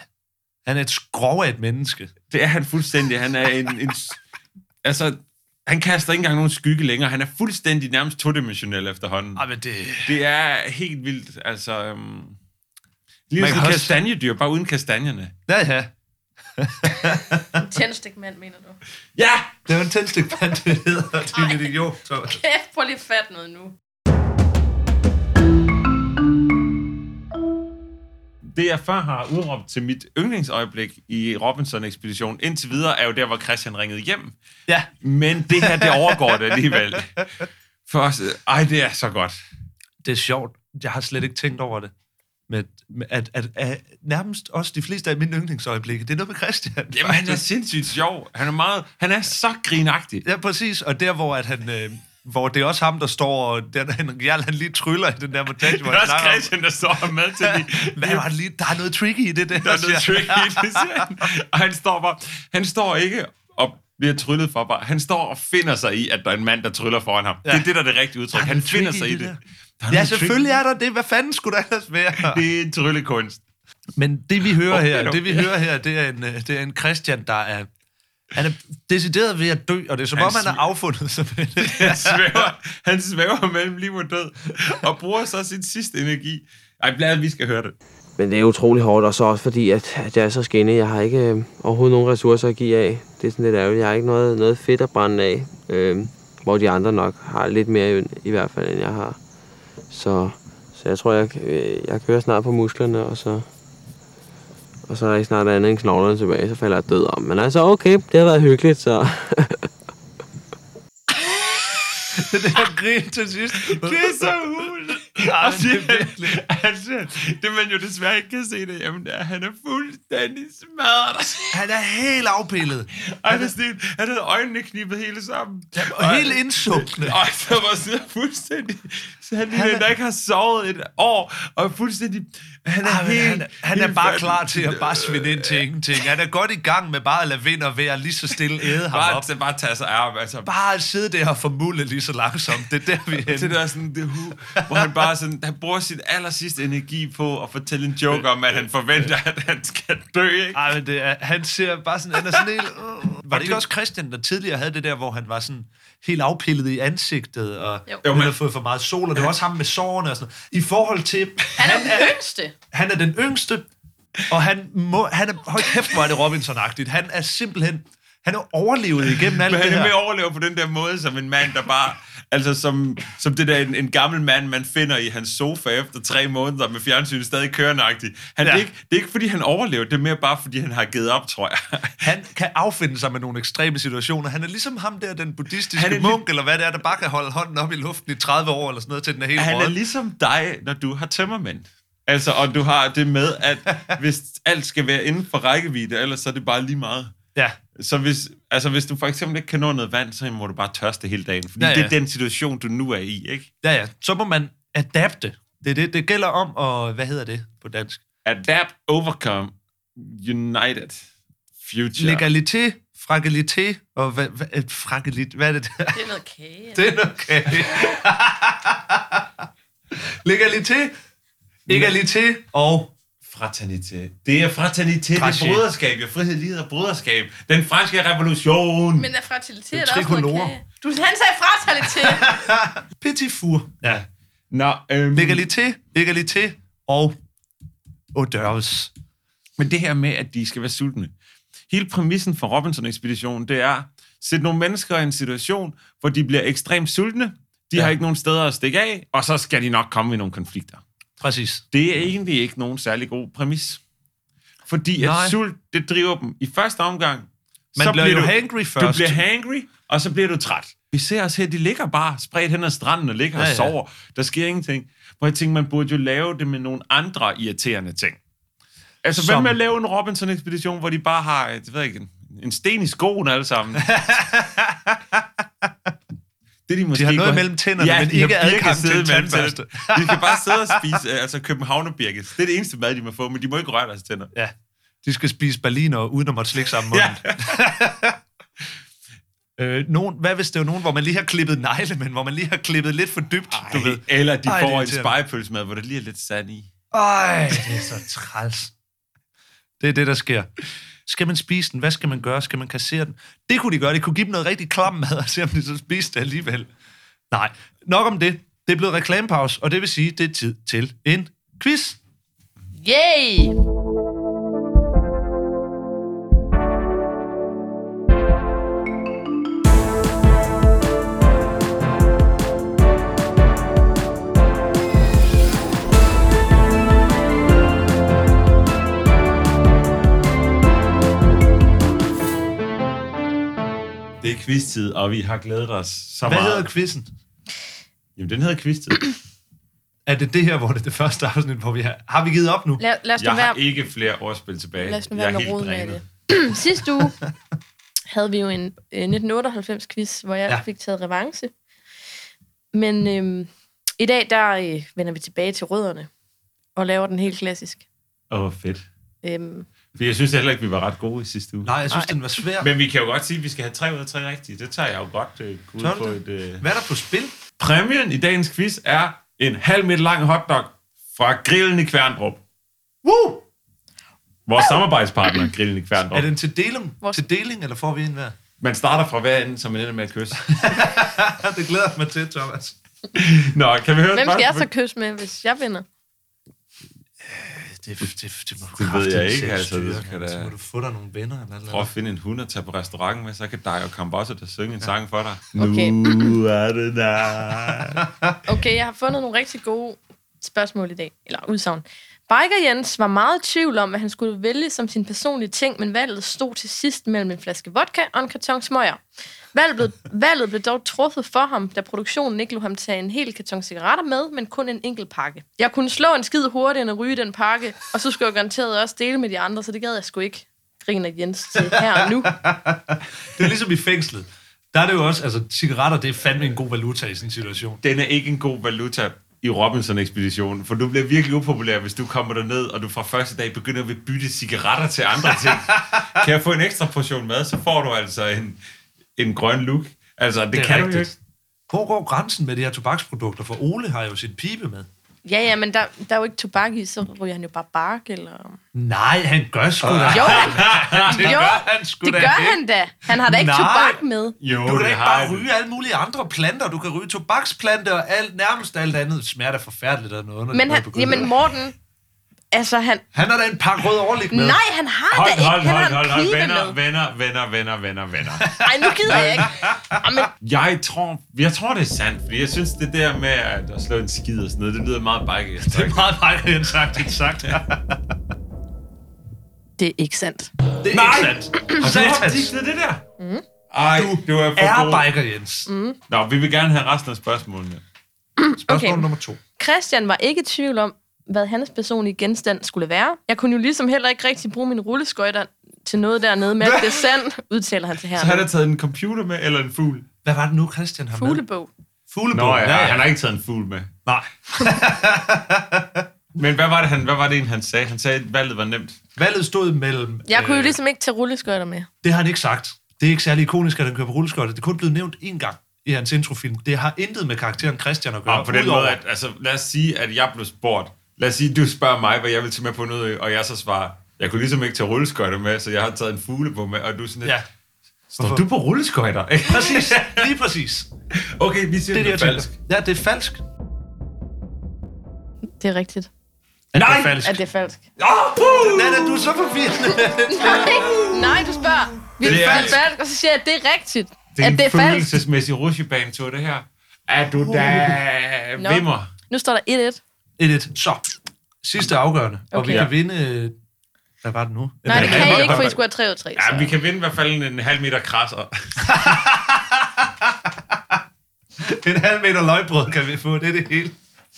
[SPEAKER 2] Han er et skrov af et menneske.
[SPEAKER 3] Det er han fuldstændig. Han er en... en altså, han kaster ikke engang nogen skygge længere. Han er fuldstændig nærmest todimensionel efterhånden.
[SPEAKER 2] Ej, men det...
[SPEAKER 3] Det er helt vildt, altså... Øhm, lige
[SPEAKER 2] Man
[SPEAKER 3] sådan
[SPEAKER 2] kan
[SPEAKER 3] et
[SPEAKER 2] også-
[SPEAKER 3] kastanjedyr, bare uden kastanjerne.
[SPEAKER 2] Ja, ja.
[SPEAKER 7] En tændstikmand, mener du?
[SPEAKER 3] Ja!
[SPEAKER 2] Det er jo en tændstikpand, det hedder. Det er en idiot, Thomas.
[SPEAKER 7] Kæft, prøv lige fat noget nu.
[SPEAKER 3] Det, jeg før har udråbt til mit yndlingsøjeblik i Robinson-ekspeditionen indtil videre, er jo der, hvor Christian ringede hjem.
[SPEAKER 2] Ja.
[SPEAKER 3] Men det her, det overgår det alligevel. For os, ej, det er så godt.
[SPEAKER 2] Det er sjovt. Jeg har slet ikke tænkt over det. med, med at, at, at, nærmest også de fleste af mine yndlingsøjeblikke, det er noget med Christian.
[SPEAKER 3] Jamen, han er sindssygt sjov. Han er meget... Han er så grinagtig.
[SPEAKER 2] Ja, præcis. Og der, hvor, at han, øh, hvor det er også ham, der står, og den, han, Jarl, han lige tryller i den der montage, hvor
[SPEAKER 3] Det er
[SPEAKER 2] han
[SPEAKER 3] også
[SPEAKER 2] snakker om,
[SPEAKER 3] Christian, der står med til de,
[SPEAKER 2] Hvad var det lige? Der er noget tricky i det der.
[SPEAKER 3] der er noget
[SPEAKER 2] siger
[SPEAKER 3] trick i det, siger han. Og han står bare, han står ikke og bliver tryllet for bare. Han står og finder sig i, at der er en mand, der tryller foran ham. Ja. Det er det, der er det rigtige udtryk.
[SPEAKER 2] Der er
[SPEAKER 3] Han
[SPEAKER 2] noget
[SPEAKER 3] finder
[SPEAKER 2] trick i
[SPEAKER 3] sig i det.
[SPEAKER 2] det der.
[SPEAKER 3] Der er
[SPEAKER 2] han. Ja,
[SPEAKER 3] noget
[SPEAKER 2] selvfølgelig er der det. Hvad fanden skulle der ellers være?
[SPEAKER 3] trick. Det er en tryllekunst.
[SPEAKER 2] Men det vi hører
[SPEAKER 3] Okay,
[SPEAKER 2] her,
[SPEAKER 3] dog.
[SPEAKER 2] det vi hører her, det er en, øh, det er en Christian, der er... Han er decideret ved at dø, og det er som
[SPEAKER 3] Han
[SPEAKER 2] om, han
[SPEAKER 3] sm-
[SPEAKER 2] er affundet sig med det.
[SPEAKER 3] Han svæver, han svæver mellem liv og død, og bruger så sin sidste energi. Ej, blandt andet, vi skal høre det.
[SPEAKER 9] Men det er utrolig hårdt, og så også fordi, at, at jeg er så skinnet. Jeg har ikke øh, overhovedet nogen ressourcer at give af. Det er sådan lidt ærgerligt. Jeg har ikke noget, noget fedt at brænde af, øh, hvor de andre nok har lidt mere i, i hvert fald, end jeg har. Så, så jeg tror, jeg, øh, jeg kører snart på musklerne, og så, og så er der ikke snart andet end knoglerne tilbage, så falder jeg død om. Men altså, okay, det har været hyggeligt, så...
[SPEAKER 2] Det der grin til sidst.
[SPEAKER 3] Det er så hul.
[SPEAKER 2] Ja,
[SPEAKER 3] Og
[SPEAKER 2] men
[SPEAKER 3] siger
[SPEAKER 2] det er virkelig.
[SPEAKER 3] han, han, det man jo desværre ikke kan se det, jamen det er, han er fuldstændig smadret.
[SPEAKER 2] Han er helt afpillet.
[SPEAKER 3] Og han, er sådan, han havde øjnene knippet hele sammen.
[SPEAKER 2] Og helt indsunkende.
[SPEAKER 3] Og så var sådan fuldstændig... Så han, han er, der ikke har sovet et år, og er fuldstændig... Han er,
[SPEAKER 2] Ah, men
[SPEAKER 3] helt,
[SPEAKER 2] han, han er
[SPEAKER 3] helt
[SPEAKER 2] bare
[SPEAKER 3] fat-
[SPEAKER 2] klar til at bare svinde ind til ingenting. Han er godt i gang med bare at lade vind og vejr lige så stille æde ham op.
[SPEAKER 3] Bare, bare tage sig af ham, altså.
[SPEAKER 2] Bare at sidde der og formulde lige så langsomt. Det er der, vi er
[SPEAKER 3] Det
[SPEAKER 2] henne.
[SPEAKER 3] der sådan, det, hu- hvor han bare sådan, han bruger sin aller sidste energi på at fortælle en joke om, at han forventer, at han skal dø, ikke?
[SPEAKER 2] Ej, men det er, han ser bare sådan, han er sådan helt... Uh. Var det ikke også Christian, der tidligere havde det der, hvor han var sådan helt afpillet i ansigtet, og
[SPEAKER 7] Jo.
[SPEAKER 2] jo. han havde fået for meget sol, og det var også ham med sårene og sådan noget. I forhold til...
[SPEAKER 7] Han er den yngste.
[SPEAKER 2] Han er den yngste, og han, må, han er... Hold kæft, hvor er det Robinson-agtigt. Han er simpelthen... Han er overlevet igennem alt
[SPEAKER 3] Men
[SPEAKER 2] det
[SPEAKER 3] han er
[SPEAKER 2] her.
[SPEAKER 3] mere overlever på den der måde, som en mand, der bare... Altså som, som det der en, en gammel mand, man finder i hans sofa efter tre måneder med fjernsynet stadig kørenagtig. Han, ja.
[SPEAKER 2] Ja.
[SPEAKER 3] det, er ikke, det er ikke, fordi han overlever, det er mere bare, fordi han har givet op, tror jeg.
[SPEAKER 2] Han kan affinde sig med nogle ekstreme situationer. Han er ligesom ham der, den buddhistiske
[SPEAKER 3] Han er li-
[SPEAKER 2] munk, eller hvad det er, der bare kan holde hånden op i luften i 30 år, eller sådan noget, til den er helt
[SPEAKER 3] Han er
[SPEAKER 2] råd.
[SPEAKER 3] ligesom dig, når du har tømmermænd. Altså, og du har det med, at hvis alt skal være inden for rækkevidde, ellers så er det bare lige meget.
[SPEAKER 2] Ja,
[SPEAKER 3] Så hvis, altså, hvis du for eksempel ikke kan nå noget vand, så må du bare tørste hele dagen. Fordi ja,
[SPEAKER 2] Ja,
[SPEAKER 3] ja.
[SPEAKER 2] ja.
[SPEAKER 3] det er den situation, du nu er i, ikke?
[SPEAKER 2] ja, ja. Så må man adapte. Det, er det, det gælder om, og hvad hedder det på dansk?
[SPEAKER 3] Adapt, overcome, united, future.
[SPEAKER 2] Legalité, fragilité, og hvad, hvad, et fragilit, hvad er det der?
[SPEAKER 7] Det er noget kage.
[SPEAKER 2] Det er okay. Legalité, egalité og...
[SPEAKER 3] Fraternitet. Det er fraternitet, det er
[SPEAKER 2] Fraché.
[SPEAKER 3] broderskab, jo. Frihed, lighed og broderskab. Den franske revolution.
[SPEAKER 7] Men er fratilitet
[SPEAKER 2] Det
[SPEAKER 7] er
[SPEAKER 2] er
[SPEAKER 7] også noget
[SPEAKER 2] tricolore.
[SPEAKER 7] kage. Du, han sagde fratalitet.
[SPEAKER 2] Petit four. Ja.
[SPEAKER 3] Nå, øhm,
[SPEAKER 2] Legalité, egalité og... Odørs.
[SPEAKER 3] Men det her med, at de skal være sultne. Hele præmissen for Robinson-ekspeditionen, det er, sæt nogle mennesker i en situation, hvor de bliver ekstremt sultne, de ja. har ikke nogen steder at stikke af, og så skal de nok komme i nogle konflikter.
[SPEAKER 2] Præcis.
[SPEAKER 3] Det er egentlig ikke nogen særlig god præmis. Fordi at
[SPEAKER 2] Nej.
[SPEAKER 3] sult, det driver dem i første omgang.
[SPEAKER 2] Man bliver jo hangry
[SPEAKER 3] Du
[SPEAKER 2] først.
[SPEAKER 3] bliver hangry, og så bliver du træt. Vi ser os her, de ligger bare spredt hen ad stranden og ligger ja,
[SPEAKER 2] Ja,
[SPEAKER 3] og
[SPEAKER 2] ja.
[SPEAKER 3] sover. Der sker ingenting. Hvor jeg tænker, man burde jo lave det med nogle andre irriterende ting. Altså, Som... hvad
[SPEAKER 2] Som-
[SPEAKER 3] med at lave en Robinson-ekspedition, hvor de bare har, jeg ved jeg ikke, en, en sten i skoen alle sammen? Det, de, måske
[SPEAKER 2] har noget
[SPEAKER 3] godt-
[SPEAKER 2] mellem tænderne, men
[SPEAKER 3] de
[SPEAKER 2] ikke
[SPEAKER 3] har birke
[SPEAKER 2] adgang til
[SPEAKER 3] siddet
[SPEAKER 2] en
[SPEAKER 3] mellem
[SPEAKER 2] tandbørste.
[SPEAKER 3] tænderne. De kan bare sidde og spise øh, altså københavnerbirke. Det er det eneste mad, de må få, men de må ikke røre deres tænder.
[SPEAKER 2] Ja. De skal spise berliner uden at måtte slikke sammen munden. Ja. øh, nogen, hvad hvis det er nogen, hvor man lige har klippet negle, men hvor man lige har klippet lidt for dybt, Ej. du ved?
[SPEAKER 3] Eller de
[SPEAKER 2] Ej, det er
[SPEAKER 3] får en
[SPEAKER 2] irriterende.
[SPEAKER 3] spejepølsemad, hvor der lige er lidt sand i.
[SPEAKER 2] Ej, det er så træls. Det er det, der sker. Skal man spise den? Hvad skal man gøre? Skal man kassere den? Det kunne de gøre. De kunne give dem noget rigtig klam mad, og se om de så spiste det alligevel. Nej, nok om det. Det er blevet reklamepause, og det vil sige, det er tid til en quiz.
[SPEAKER 7] Yay!
[SPEAKER 3] Det er quiz-tid, og vi har glædet os så
[SPEAKER 2] Hvad
[SPEAKER 3] meget.
[SPEAKER 2] hedder quizzen?
[SPEAKER 3] Jamen, den hedder quiz-tid.
[SPEAKER 2] Er det det her, hvor det er det første afsnit, hvor vi har... Har vi givet op nu?
[SPEAKER 7] Lad, lad os nu
[SPEAKER 3] Jeg har
[SPEAKER 7] være,
[SPEAKER 3] ikke flere ordspil tilbage.
[SPEAKER 7] lad os nu
[SPEAKER 3] jeg er
[SPEAKER 7] være med
[SPEAKER 3] helt
[SPEAKER 7] rod med
[SPEAKER 3] drænet.
[SPEAKER 7] det. Sidste uge havde vi jo en øh, 1998-quiz, hvor jeg
[SPEAKER 2] Ja.
[SPEAKER 7] ja. fik taget revanche. Men øhm, i dag, der øh, vender vi tilbage til rødderne og laver den helt klassisk.
[SPEAKER 3] Åh, oh, fedt.
[SPEAKER 7] Øhm,
[SPEAKER 3] For jeg synes heller ikke, vi var ret gode i sidste uge.
[SPEAKER 2] Nej, jeg synes, den var svær.
[SPEAKER 3] Men vi kan jo godt sige, at vi skal have tre ud af tre rigtige. Det tager jeg jo godt øh, ud
[SPEAKER 2] Tør du
[SPEAKER 3] på
[SPEAKER 2] det?
[SPEAKER 3] et... Øh...
[SPEAKER 2] Hvad er der på spil?
[SPEAKER 3] Præmien i dagens quiz er en halv meter lang hotdog fra grillen i Kværndrup. Woo! Vores samarbejdspartner, grillen i
[SPEAKER 2] Er
[SPEAKER 3] Kværndrup.
[SPEAKER 2] den til deling,
[SPEAKER 7] Vores-
[SPEAKER 2] til deling eller får vi en hver?
[SPEAKER 3] Man starter fra hver ende, så man ender med et kys.
[SPEAKER 2] Ja, det glæder jeg mig til, Thomas.
[SPEAKER 3] Nå, kan vi høre
[SPEAKER 7] hvem skal jeg
[SPEAKER 3] spørgsmål?
[SPEAKER 7] så kysse med, hvis jeg vinder?
[SPEAKER 2] Det, det, det, det, må du
[SPEAKER 3] Det ved
[SPEAKER 2] kraftedeme
[SPEAKER 3] jeg ikke,
[SPEAKER 2] selv
[SPEAKER 3] altså, det
[SPEAKER 2] styre,
[SPEAKER 3] skal
[SPEAKER 2] mand.
[SPEAKER 3] da-
[SPEAKER 2] Så må du få dig nogle venner eller
[SPEAKER 3] Prøv at
[SPEAKER 2] noget.
[SPEAKER 3] finde en hund og tage på restaurant med, så kan dig og Kambosse der synge en sang for dig.
[SPEAKER 7] Okay.
[SPEAKER 3] Nu er det der.
[SPEAKER 7] Okay, jeg har fundet nogle rigtig gode spørgsmål i dag, eller udsagn. Biker Jens var meget i tvivl om, hvad han skulle vælge som sin personlige ting, men valget stod til sidst mellem en flaske vodka og en karton smøger. Valget blev, valget blev dog truffet for ham, da produktionen ikke lod ham tage en hel karton cigaretter med, men kun en enkelt pakke. Jeg kunne slå en skid hurtigere end at ryge den pakke, og så skulle jeg garanteret også dele med de andre, så det gad jeg sgu ikke, griner Jens til her og nu.
[SPEAKER 2] Det er ligesom i fængslet. Der er det jo også, altså cigaretter, det er fandme en god valuta i sådan en situation.
[SPEAKER 3] Den er ikke en god valuta i Robinson-ekspeditionen, for du bliver virkelig upopulær, hvis du kommer derned, og du fra første dag begynder at vil bytte cigaretter til andre ting. kan jeg få en ekstra portion mad, så får du altså en, en grøn look. Altså, det, det kan rigtigt. du jo ikke.
[SPEAKER 2] Hvor går grænsen med de her tobaksprodukter? For Ole har jo sin pibe med.
[SPEAKER 7] Ja, ja, men der, der er jo ikke tobak i, så ryger han jo bare bark, eller...
[SPEAKER 2] Nej, han gør sgu da.
[SPEAKER 7] Jo, han,
[SPEAKER 2] det
[SPEAKER 7] jo,
[SPEAKER 2] gør han sgu
[SPEAKER 7] det
[SPEAKER 2] da
[SPEAKER 7] gør
[SPEAKER 2] ikke.
[SPEAKER 7] han da. Han har da ikke
[SPEAKER 2] Nej.
[SPEAKER 7] tobak med.
[SPEAKER 3] Jo,
[SPEAKER 2] Du kan da
[SPEAKER 3] det
[SPEAKER 2] ikke
[SPEAKER 3] har
[SPEAKER 2] bare
[SPEAKER 3] jeg.
[SPEAKER 2] ryge alle mulige andre planter. Du kan ryge tobaksplante og alt, nærmest alt andet. Det smager da forfærdeligt af noget.
[SPEAKER 7] Men han, jamen Morten, altså han...
[SPEAKER 2] han har da en pakke rød overlæg med.
[SPEAKER 7] Nej, han har
[SPEAKER 3] Hold,
[SPEAKER 7] da ikke.
[SPEAKER 3] hold,
[SPEAKER 7] han
[SPEAKER 3] hold,
[SPEAKER 7] har
[SPEAKER 3] hold,
[SPEAKER 7] en
[SPEAKER 3] hold,
[SPEAKER 7] pibe
[SPEAKER 3] venner,
[SPEAKER 7] med.
[SPEAKER 3] venner, venner, venner, venner, venner.
[SPEAKER 7] Ej, nu gider jeg ikke. Ej, men,
[SPEAKER 3] Jeg tror, jeg tror, det er sandt, fordi jeg synes, det der med at at slå en skid og sådan noget, det lyder meget biker.
[SPEAKER 2] Det er meget meget end sagt, end sagt. Det
[SPEAKER 7] det er ikke sandt.
[SPEAKER 2] er
[SPEAKER 3] Nej!
[SPEAKER 2] ikke sandt.
[SPEAKER 3] Har du
[SPEAKER 2] Satans.
[SPEAKER 3] opdigtet det der? Mm. Ej, du er
[SPEAKER 2] Er
[SPEAKER 3] for god.
[SPEAKER 2] biker, Jens. Mm.
[SPEAKER 3] Nå, vi vil gerne have resten af spørgsmålene.
[SPEAKER 2] Spørgsmål
[SPEAKER 7] Okay.
[SPEAKER 2] nummer to.
[SPEAKER 7] Christian var ikke i tvivl om, hvad hans personlige genstand skulle være. Jeg kunne jo ligesom heller ikke rigtig bruge min rulleskøjter til noget dernede, men det er sandt, udtaler han til
[SPEAKER 3] Så har
[SPEAKER 7] her.
[SPEAKER 3] der taget en computer med, eller en fugl?
[SPEAKER 2] Hvad var det nu, Christian har med?
[SPEAKER 7] Fuglebog.
[SPEAKER 2] Fuglebog.
[SPEAKER 3] Nå ja, han har ikke taget en fugl med.
[SPEAKER 2] Nej.
[SPEAKER 3] Men hvad var det, han, hvad var det en, han sagde? Han sagde, at valget var nemt.
[SPEAKER 2] Valget stod mellem...
[SPEAKER 7] Jeg kunne jo
[SPEAKER 2] øh,
[SPEAKER 7] ligesom ikke tage rulleskøjter med.
[SPEAKER 2] Det har han ikke sagt. Det er ikke særlig ikonisk, at han kører på rulleskøjter. Det er kun blevet nævnt én gang i hans introfilm. Det har intet med karakteren Christian at gøre.
[SPEAKER 3] Og på den
[SPEAKER 2] udover-
[SPEAKER 3] måde, at, altså, lad os sige, at jeg blev spurgt. Lad os sige, du spørger mig, hvad jeg vil tage med på en øde ø, og jeg så svarer, jeg kunne ligesom ikke tage rulleskøjter med, så jeg har taget en fugle på med, og du er sådan lidt,
[SPEAKER 2] Ja,
[SPEAKER 3] ja. står du på rulleskøjter?
[SPEAKER 2] præcis. Lige præcis.
[SPEAKER 3] okay, vi siger,
[SPEAKER 2] Det er det, jeg
[SPEAKER 3] det er falsk.
[SPEAKER 2] tænker. Ja, det er falsk.
[SPEAKER 7] Det er rigtigt.
[SPEAKER 2] Nej! Det er
[SPEAKER 3] Nej!
[SPEAKER 2] falsk.
[SPEAKER 7] At det er falsk.
[SPEAKER 2] Nana, du er så forvirrende.
[SPEAKER 7] Nej, du spørger. Vi
[SPEAKER 3] Det
[SPEAKER 7] det
[SPEAKER 3] er-
[SPEAKER 7] er falsk, og så siger jeg, at det er rigtigt.
[SPEAKER 3] Det er
[SPEAKER 7] at
[SPEAKER 3] en
[SPEAKER 7] det er falsk.
[SPEAKER 3] følelsesmæssig rutsjebanetur, det her. Er du da
[SPEAKER 7] Nå.
[SPEAKER 3] vimmer?
[SPEAKER 7] Nu står der 1-1.
[SPEAKER 2] Et, et. Så, sidste afgørende. Okay. Og vi
[SPEAKER 7] Okay.
[SPEAKER 2] kan vinde... øh, Hvad var det nu?
[SPEAKER 7] Nej, det
[SPEAKER 3] Ja,
[SPEAKER 7] kan
[SPEAKER 3] hold-
[SPEAKER 7] I ikke, for I
[SPEAKER 3] hold-
[SPEAKER 7] skulle have 3 ud 3.
[SPEAKER 3] Ja, vi kan vinde i hvert fald en halv meter krasser.
[SPEAKER 2] En halv meter løgbrød kan vi få, det er det hele.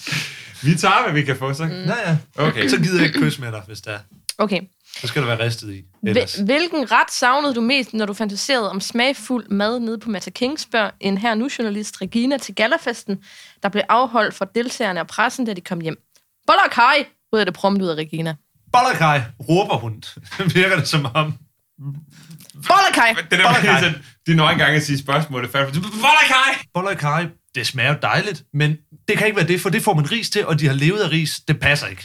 [SPEAKER 7] Mm.
[SPEAKER 3] Vi tager, hvad vi kan få, så.
[SPEAKER 2] Ja, ja.
[SPEAKER 3] Okay.
[SPEAKER 2] Så gider jeg ikke kysse med dig, hvis der er.
[SPEAKER 7] Okay.
[SPEAKER 2] Så skal det være ristet i. Ellers.
[SPEAKER 7] Hvil- Hvilken ret savnede du mest, når du fantaserede om smagfuld mad nede på Mata King, spørger en her nu-journalist Regina til galafesten, der blev afholdt for deltagerne og pressen, da de kom hjem. Boller kaj, ud af det prompt ud af Regina.
[SPEAKER 2] Bollakaj, råber hun. Virker det som om.
[SPEAKER 7] Boller kaj!
[SPEAKER 3] Det der
[SPEAKER 2] Bollakaj.
[SPEAKER 3] med, sådan, det er nok engang at sige spørgsmålet færdigt. Bollakaj!
[SPEAKER 2] Bollakaj, det smager jo dejligt, men det kan ikke være det, for det får man ris til, og de har levet af ris. Det passer ikke.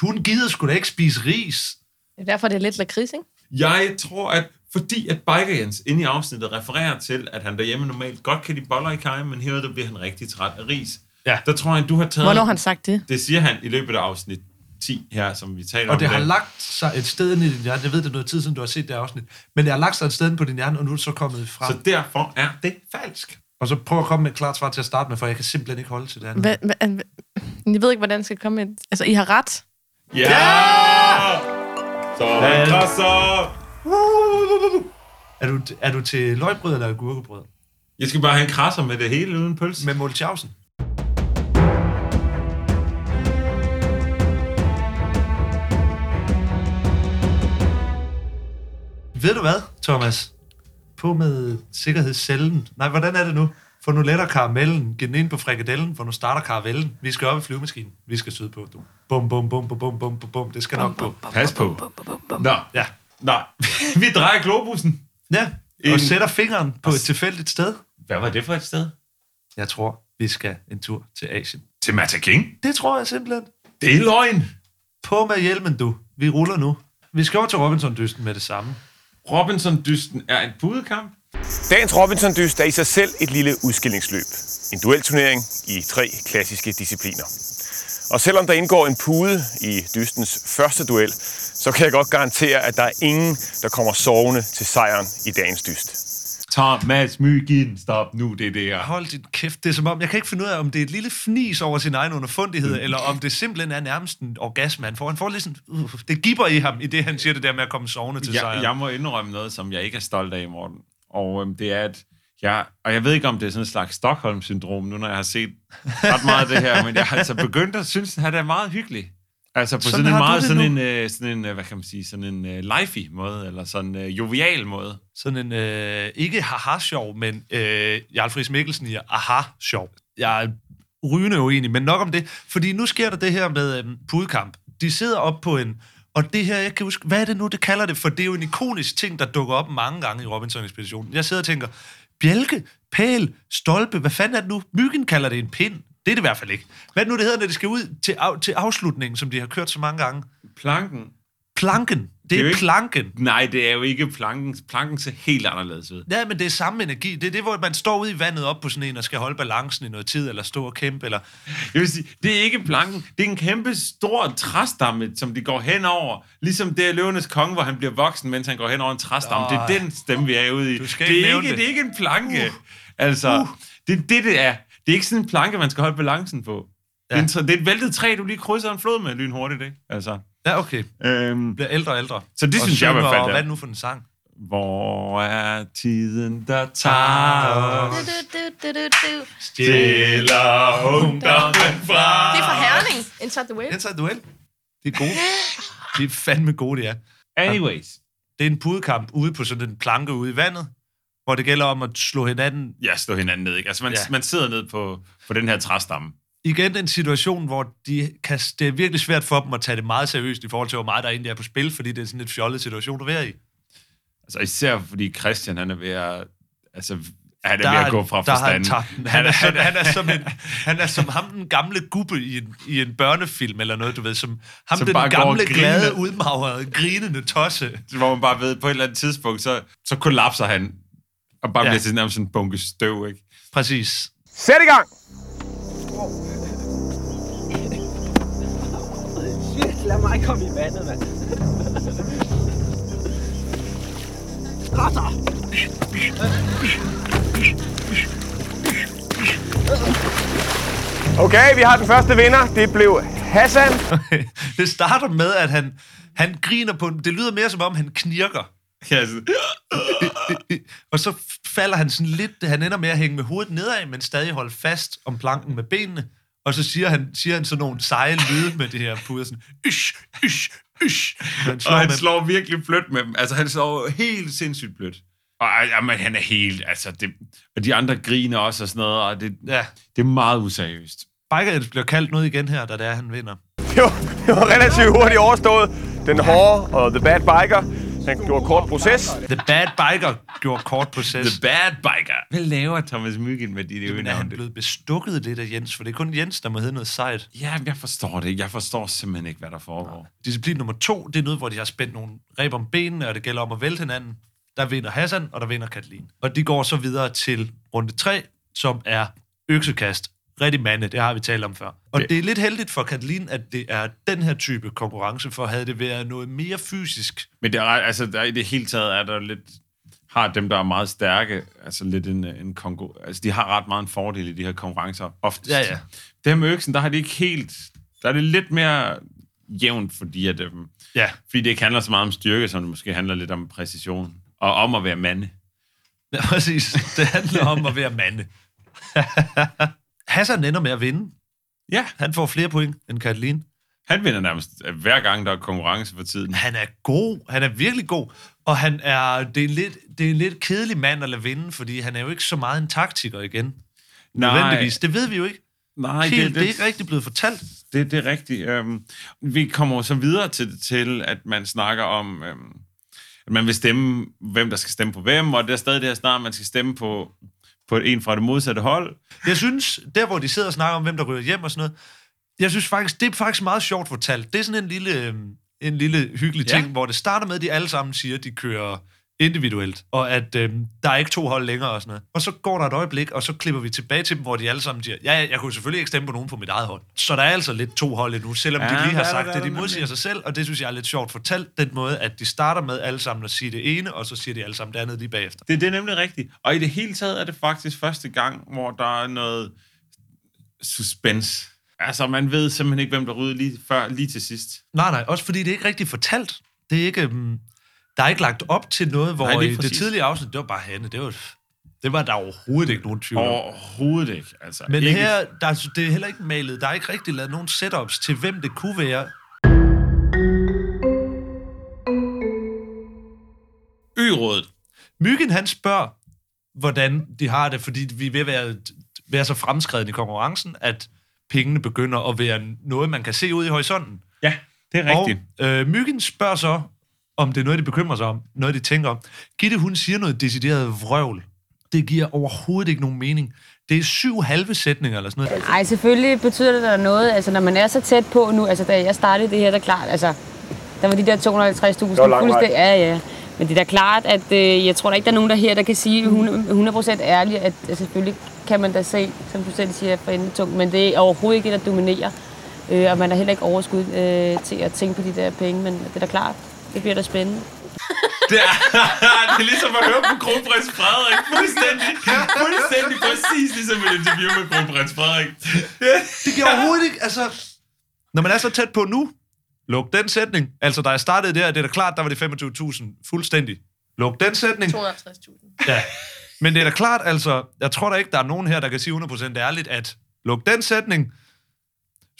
[SPEAKER 2] Hun gider sgu da ikke spise ris.
[SPEAKER 7] Det er derfor, det er lidt lakrids, ikke?
[SPEAKER 3] Jeg tror, at fordi at Biker Jens inde i afsnittet refererer til, at han derhjemme normalt godt kan lide boller i kajen, men herude der bliver han rigtig træt af ris.
[SPEAKER 2] Ja.
[SPEAKER 3] Der tror jeg, at du har taget...
[SPEAKER 7] Hvornår har han sagt det?
[SPEAKER 3] Det siger han i løbet af afsnit 10 her, som vi taler om.
[SPEAKER 2] Og det
[SPEAKER 3] i
[SPEAKER 2] har
[SPEAKER 3] dag.
[SPEAKER 2] lagt sig et sted ind i din hjerne. Jeg ved, det er noget tid siden, du har set det afsnit. Men det har lagt sig et sted inde på din hjerne, og nu er det så kommet frem.
[SPEAKER 3] Så
[SPEAKER 2] Så...
[SPEAKER 3] derfor er det falsk.
[SPEAKER 2] Og så prøv at komme med et klart svar til at starte med, for jeg kan simpelthen ikke holde til det andet.
[SPEAKER 7] Hva, hva, hva, jeg ved ikke, hvordan det skal komme med. Altså, I har ret.
[SPEAKER 3] Ja! Så krasser!
[SPEAKER 2] Er du, er du til løgbrød eller agurkebrød?
[SPEAKER 3] Jeg skal bare have en krasser med det hele uden pølse.
[SPEAKER 2] Med Molchausen. Ved du hvad, Thomas? På med sikkerhedscellen. Nej, hvordan er det nu? Få nu lettere karamellen. Giv den ind på frikadellen, for nu starter karamellen. Vi skal op i flyvemaskinen. Vi skal syde på, du. Bum, bum, bum, bum, bum, bum, bum, bum. Det skal nok gå.
[SPEAKER 3] Pas på. Nå,
[SPEAKER 2] Ja.
[SPEAKER 3] nå. vi drejer globussen.
[SPEAKER 2] Ja,
[SPEAKER 3] En-
[SPEAKER 2] og sætter fingeren på et tilfældigt sted.
[SPEAKER 3] Hvad var det for et sted?
[SPEAKER 2] Jeg tror, vi skal en tur til Asien.
[SPEAKER 3] Til Mata King.
[SPEAKER 2] Det tror jeg simpelthen.
[SPEAKER 3] Det er løgn.
[SPEAKER 2] På med hjelmen, du. Vi ruller nu. Vi skal over til Robinson-dysten med det samme.
[SPEAKER 3] Robinson-dysten er en budekamp.
[SPEAKER 4] Dagens Robinson Dyst er i sig selv et lille udskillingsløb. En duelturnering i tre klassiske discipliner. Og selvom der indgår en pude i dystens første duel, så kan jeg godt garantere, at der er ingen, der kommer sovende til sejren i dagens dyst.
[SPEAKER 3] Thomas Mygind, stop nu det der.
[SPEAKER 2] Hold din kæft, det er som om, jeg kan ikke finde ud af, om det er et lille fnis over sin egen underfundighed, eller om det simpelthen er nærmest en orgasme, han får. Han får lidt sådan, uh, det giver i ham, i det han siger det der med at komme sovende til
[SPEAKER 3] Jeg,
[SPEAKER 2] sejren.
[SPEAKER 3] jeg må indrømme noget, som jeg ikke er stolt af, Morten. Og øhm, det er, at jeg, og jeg ved ikke, om det er sådan en slags Stockholm-syndrom, nu når jeg har set ret meget af det her, men jeg har altså begyndt at synes, at han er meget hyggelig. Altså på sådan,
[SPEAKER 2] Sådan
[SPEAKER 3] sådan en
[SPEAKER 2] har du
[SPEAKER 3] meget
[SPEAKER 2] det
[SPEAKER 3] sådan en,
[SPEAKER 2] nu.
[SPEAKER 3] øh, sådan en, øh, hvad kan man sige, sådan en øh, lifey måde, eller sådan en øh, jovial måde.
[SPEAKER 2] Sådan en, øh, ikke haha-sjov, men øh, Jarl Friis Mikkelsen i aha-sjov. Jeg er rygende uenig, men nok om det. Fordi nu sker der det her med øh, pudekamp. De sidder op på en, og det her, jeg kan huske, hvad er det nu, det kalder det? For det er jo en ikonisk ting, der dukker op mange gange i Robinson-ekspeditionen. Jeg sidder og tænker, bjælke, pæl, stolpe, hvad fanden er det nu? Myggen kalder det en pind. Det er det i hvert fald ikke. Hvad er det nu, det hedder, når det skal ud til, af, til afslutningen, som de har kørt så mange gange?
[SPEAKER 3] Planken?
[SPEAKER 2] Planken. Det,
[SPEAKER 3] er
[SPEAKER 2] det
[SPEAKER 3] jo
[SPEAKER 2] er,
[SPEAKER 3] ikke-
[SPEAKER 2] planken.
[SPEAKER 3] Nej, det er jo ikke planken. Planken ser helt anderledes ud.
[SPEAKER 2] Ja, men det er samme energi. Det er det, hvor man står ude i vandet op på sådan en og skal holde balancen i noget tid, eller stå og kæmpe, eller...
[SPEAKER 3] Jeg vil sige, det er ikke planken. Det er en kæmpe stor træstamme, som de går hen over. Ligesom det er løvenes konge, hvor han bliver voksen, mens han går hen over en træstamme. Det er den stemme, vi er ude i.
[SPEAKER 2] Du skal
[SPEAKER 3] det, er
[SPEAKER 2] ikke nævne
[SPEAKER 3] ikke,
[SPEAKER 2] det.
[SPEAKER 3] det er ikke en planke. Uh. Altså, uh. det er det, det er. Det er ikke sådan en planke, man skal holde balancen på. Ja. Det, er en, træ- det er et væltet træ, du lige krydser en flod med lynhurtigt, ikke? Altså,
[SPEAKER 2] Ja, okay.
[SPEAKER 3] øhm,
[SPEAKER 2] Bliver ældre og ældre.
[SPEAKER 3] Så det
[SPEAKER 2] og
[SPEAKER 3] synes jeg i hvert
[SPEAKER 2] synger,
[SPEAKER 3] fald,
[SPEAKER 2] Og
[SPEAKER 3] ja.
[SPEAKER 2] hvad er det nu for en sang?
[SPEAKER 3] hvor er tiden, der tager os? Stiller ungdommen fra.
[SPEAKER 7] Det er fra Herning, Inside the Wave.
[SPEAKER 2] Den tager duel. De er gode. De er fandme gode, de er.
[SPEAKER 3] Anyways.
[SPEAKER 2] Det er en pudekamp ude på sådan en planke ude i vandet, hvor det gælder om at slå hinanden.
[SPEAKER 3] Ja, slå hinanden ned, ikke? Altså, man, ja.
[SPEAKER 2] Ja.
[SPEAKER 3] man sidder ned på, på den her træstamme.
[SPEAKER 2] Igen en situation, hvor de kan, det er virkelig svært for dem at tage det meget seriøst i forhold til, hvor meget der egentlig er på spil, fordi det er sådan en fjollet situation at være i.
[SPEAKER 3] Altså især fordi Christian, han er ved at... Altså, han er
[SPEAKER 2] der
[SPEAKER 3] ved
[SPEAKER 2] er-
[SPEAKER 3] at gå fra
[SPEAKER 2] der har han
[SPEAKER 3] forstanden.
[SPEAKER 2] tabt den. Han er, sådan, han, er som en, han er som ham, den gamle gubbe i en, i en børnefilm eller noget, du ved. Som ham,
[SPEAKER 3] Som
[SPEAKER 2] som den
[SPEAKER 3] bare går og
[SPEAKER 2] gamle,
[SPEAKER 3] griner.
[SPEAKER 2] glade, udmagrede, grinende tosse.
[SPEAKER 3] Hvor man bare ved, på et eller andet tidspunkt, så, så kollapser han. Og bare ja.
[SPEAKER 2] Ja.
[SPEAKER 3] bliver til nærmest sådan en bunke støv, ikke?
[SPEAKER 2] Præcis.
[SPEAKER 4] Sæt i gang!
[SPEAKER 6] Shit, lad mig komme i vandet, mand. Stop dig!
[SPEAKER 4] Okay, vi har den første vinder. Det blev Hassan.
[SPEAKER 2] det starter med, at han, han griner på en, Det lyder mere som om, han knirker.
[SPEAKER 3] Ja, altså,
[SPEAKER 2] Og så falder han sådan lidt... Han ender med at hænge med hovedet nedad, men stadig holde fast om planken med benene. Og så siger han, siger han sådan nogle seje lyde med det her puder. Sådan, ish, ish, ish. Han slår
[SPEAKER 3] og han
[SPEAKER 2] med-
[SPEAKER 3] slår virkelig blødt med dem. Altså, han slår helt sindssygt blødt. Og ej, jamen, han er helt... Altså, det, og de andre griner også og sådan noget, og det, ja.
[SPEAKER 2] Ja,
[SPEAKER 3] det er meget useriøst.
[SPEAKER 2] Biker Ends bliver kaldt noget igen her, da det er, han vinder.
[SPEAKER 4] Det var, det var relativt hurtigt overstået. Den hårde og The Bad Biker. Han gjorde kort proces.
[SPEAKER 2] The Bad Biker gjorde kort proces.
[SPEAKER 3] The bad biker. Hvad laver Thomas Mygind med de
[SPEAKER 2] Men er han
[SPEAKER 3] øgenavne?
[SPEAKER 2] blevet bestukket lidt af Jens, for det er kun Jens, der må hedde noget sejt.
[SPEAKER 3] Ja, jeg forstår det ikke. Jeg forstår simpelthen ikke, hvad der foregår.
[SPEAKER 2] Disciplin nummer to, det er noget, hvor de har spændt nogle reb om benene, og det gælder om at vælte hinanden. Der vinder Hassan, og der vinder Katalin. Og de går så videre til runde tre, som er øksekast. Rigtig mande, det har vi talt om før. Og
[SPEAKER 3] Det-
[SPEAKER 2] det er lidt heldigt for Katalin, at det er den her type konkurrence, for havde det været noget mere fysisk,
[SPEAKER 3] Men det er, ret- altså, der, i det hele taget er der lidt, har dem, der er meget stærke, altså lidt en, en kongo, altså de har ret meget en fordel i de her konkurrencer, oftest.
[SPEAKER 2] Ja, ja.
[SPEAKER 3] Det her med øksen, der har det ikke helt, der er det lidt mere jævnt, fordi, at, øhm,
[SPEAKER 2] Ja.
[SPEAKER 3] fordi det ikke handler så meget om styrke, som det måske handler lidt om præcision, og om at være mande.
[SPEAKER 2] Ja, præcis. Det handler om at være mande. Hassan ender med at vinde.
[SPEAKER 3] Ja,
[SPEAKER 2] Han får flere point end Katalin.
[SPEAKER 3] han vinder nærmest hver gang, der er konkurrence for tiden.
[SPEAKER 2] Han er god. Han er virkelig god. Og han er, det, er en lidt, det er en lidt kedelig mand at lade vinde, fordi han er jo ikke så meget en taktiker igen. Nej. Nødvendigvis. Det ved vi jo ikke.
[SPEAKER 3] Nej,
[SPEAKER 2] Ej, Helt, det, det, det er ikke rigtig blevet fortalt.
[SPEAKER 3] Det, det er rigtigt. Øhm, vi kommer så videre til, til, at man snakker om, øhm, at man vil stemme, hvem der skal stemme på hvem, og der er stadig det her snart, man skal stemme på, på en fra det modsatte hold.
[SPEAKER 2] Jeg synes, der hvor de sidder og snakker om, hvem der ryger hjem og sådan noget, jeg synes faktisk, det er faktisk meget sjovt fortalt. Det er sådan en lille, øh, en lille hyggelig
[SPEAKER 3] Ja.
[SPEAKER 2] ting, hvor det starter med, at de alle sammen siger, at de kører individuelt, og at øh, der er ikke to hold længere og sådan noget. Og så går der et øjeblik, og så klipper vi tilbage til dem, hvor de alle sammen siger, ja, ja, jeg kunne selvfølgelig ikke stemme på nogen på mit eget hold. Så der er altså lidt to hold endnu, selvom ja,
[SPEAKER 3] Ja,
[SPEAKER 2] de lige
[SPEAKER 3] der
[SPEAKER 2] har
[SPEAKER 3] er der,
[SPEAKER 2] sagt
[SPEAKER 3] der er
[SPEAKER 2] det. De
[SPEAKER 3] der
[SPEAKER 2] modsiger sig selv, og det synes jeg er lidt sjovt fortalt, den måde, at de starter med alle sammen at sige det ene, og så siger de alle sammen det andet lige bagefter.
[SPEAKER 3] Det, det er nemlig rigtigt. Og i det hele taget er det faktisk første gang, hvor der er noget suspense. Altså, man ved simpelthen ikke, hvem der rydder lige, før, lige til sidst.
[SPEAKER 2] Nej, nej, også fordi det er ikke rigtig fortalt. Det er ikke, um, der er ikke lagt op til noget, hvor
[SPEAKER 3] Nej,
[SPEAKER 2] nej,
[SPEAKER 3] lige
[SPEAKER 2] det, det
[SPEAKER 3] præcis.
[SPEAKER 2] tidligere afsnit, det var bare Hanne. Det var, det var der overhovedet ikke nogen tvivl om.
[SPEAKER 3] Overhovedet ikke. Altså,
[SPEAKER 2] Men
[SPEAKER 3] ikke.
[SPEAKER 2] ikke. her, der, er- altså, det er heller ikke malet. Der er ikke rigtig lavet nogen setups til, hvem det kunne være.
[SPEAKER 3] Ø-rådet.
[SPEAKER 2] Myggen, han spørger, hvordan de har det, fordi vi er ved at være, være så fremskreden i konkurrencen, at pengene begynder at være noget, man kan se ud i horisonten.
[SPEAKER 3] Ja, det er rigtigt.
[SPEAKER 2] Og øh, Myggen spørger så, om det er noget, de bekymrer sig om, noget, de tænker om. Gitte, hun siger noget decideret vrøvl. Det giver overhovedet ikke nogen mening. Det er syv halve sætninger eller sådan noget.
[SPEAKER 10] Nej, selvfølgelig betyder det der noget. Altså, når man er så tæt på nu, altså da jeg startede det her, der er klart, altså, der var de der 250.000
[SPEAKER 8] var lang
[SPEAKER 10] fuldstændig. Ja, ja. Men det er da klart, at øh, jeg tror da ikke, der er nogen der her, der kan sige 100% ærligt, at altså, selvfølgelig kan man da se, som du selv siger, for enden tungt, men det er overhovedet ikke det, der dominerer. Øh, og man har heller ikke overskud øh, til at tænke på de der penge, men det er da klart, det bliver da spændende.
[SPEAKER 3] Det er, det er ligesom at høre på kronprins Frederik. Fuldstændig, fuldstændig præcis ligesom et interview med kronprins Frederik.
[SPEAKER 2] Det giver overhovedet ikke, altså... Når man er så tæt på nu, luk den sætning. Altså, da jeg startede der, det er da klart, der var det 25.000 fuldstændig. Luk den sætning.
[SPEAKER 7] 250.000.
[SPEAKER 2] Ja. Men det er da klart, altså, jeg tror da ikke, der er nogen her, der kan sige 100% ærligt, at luk den sætning.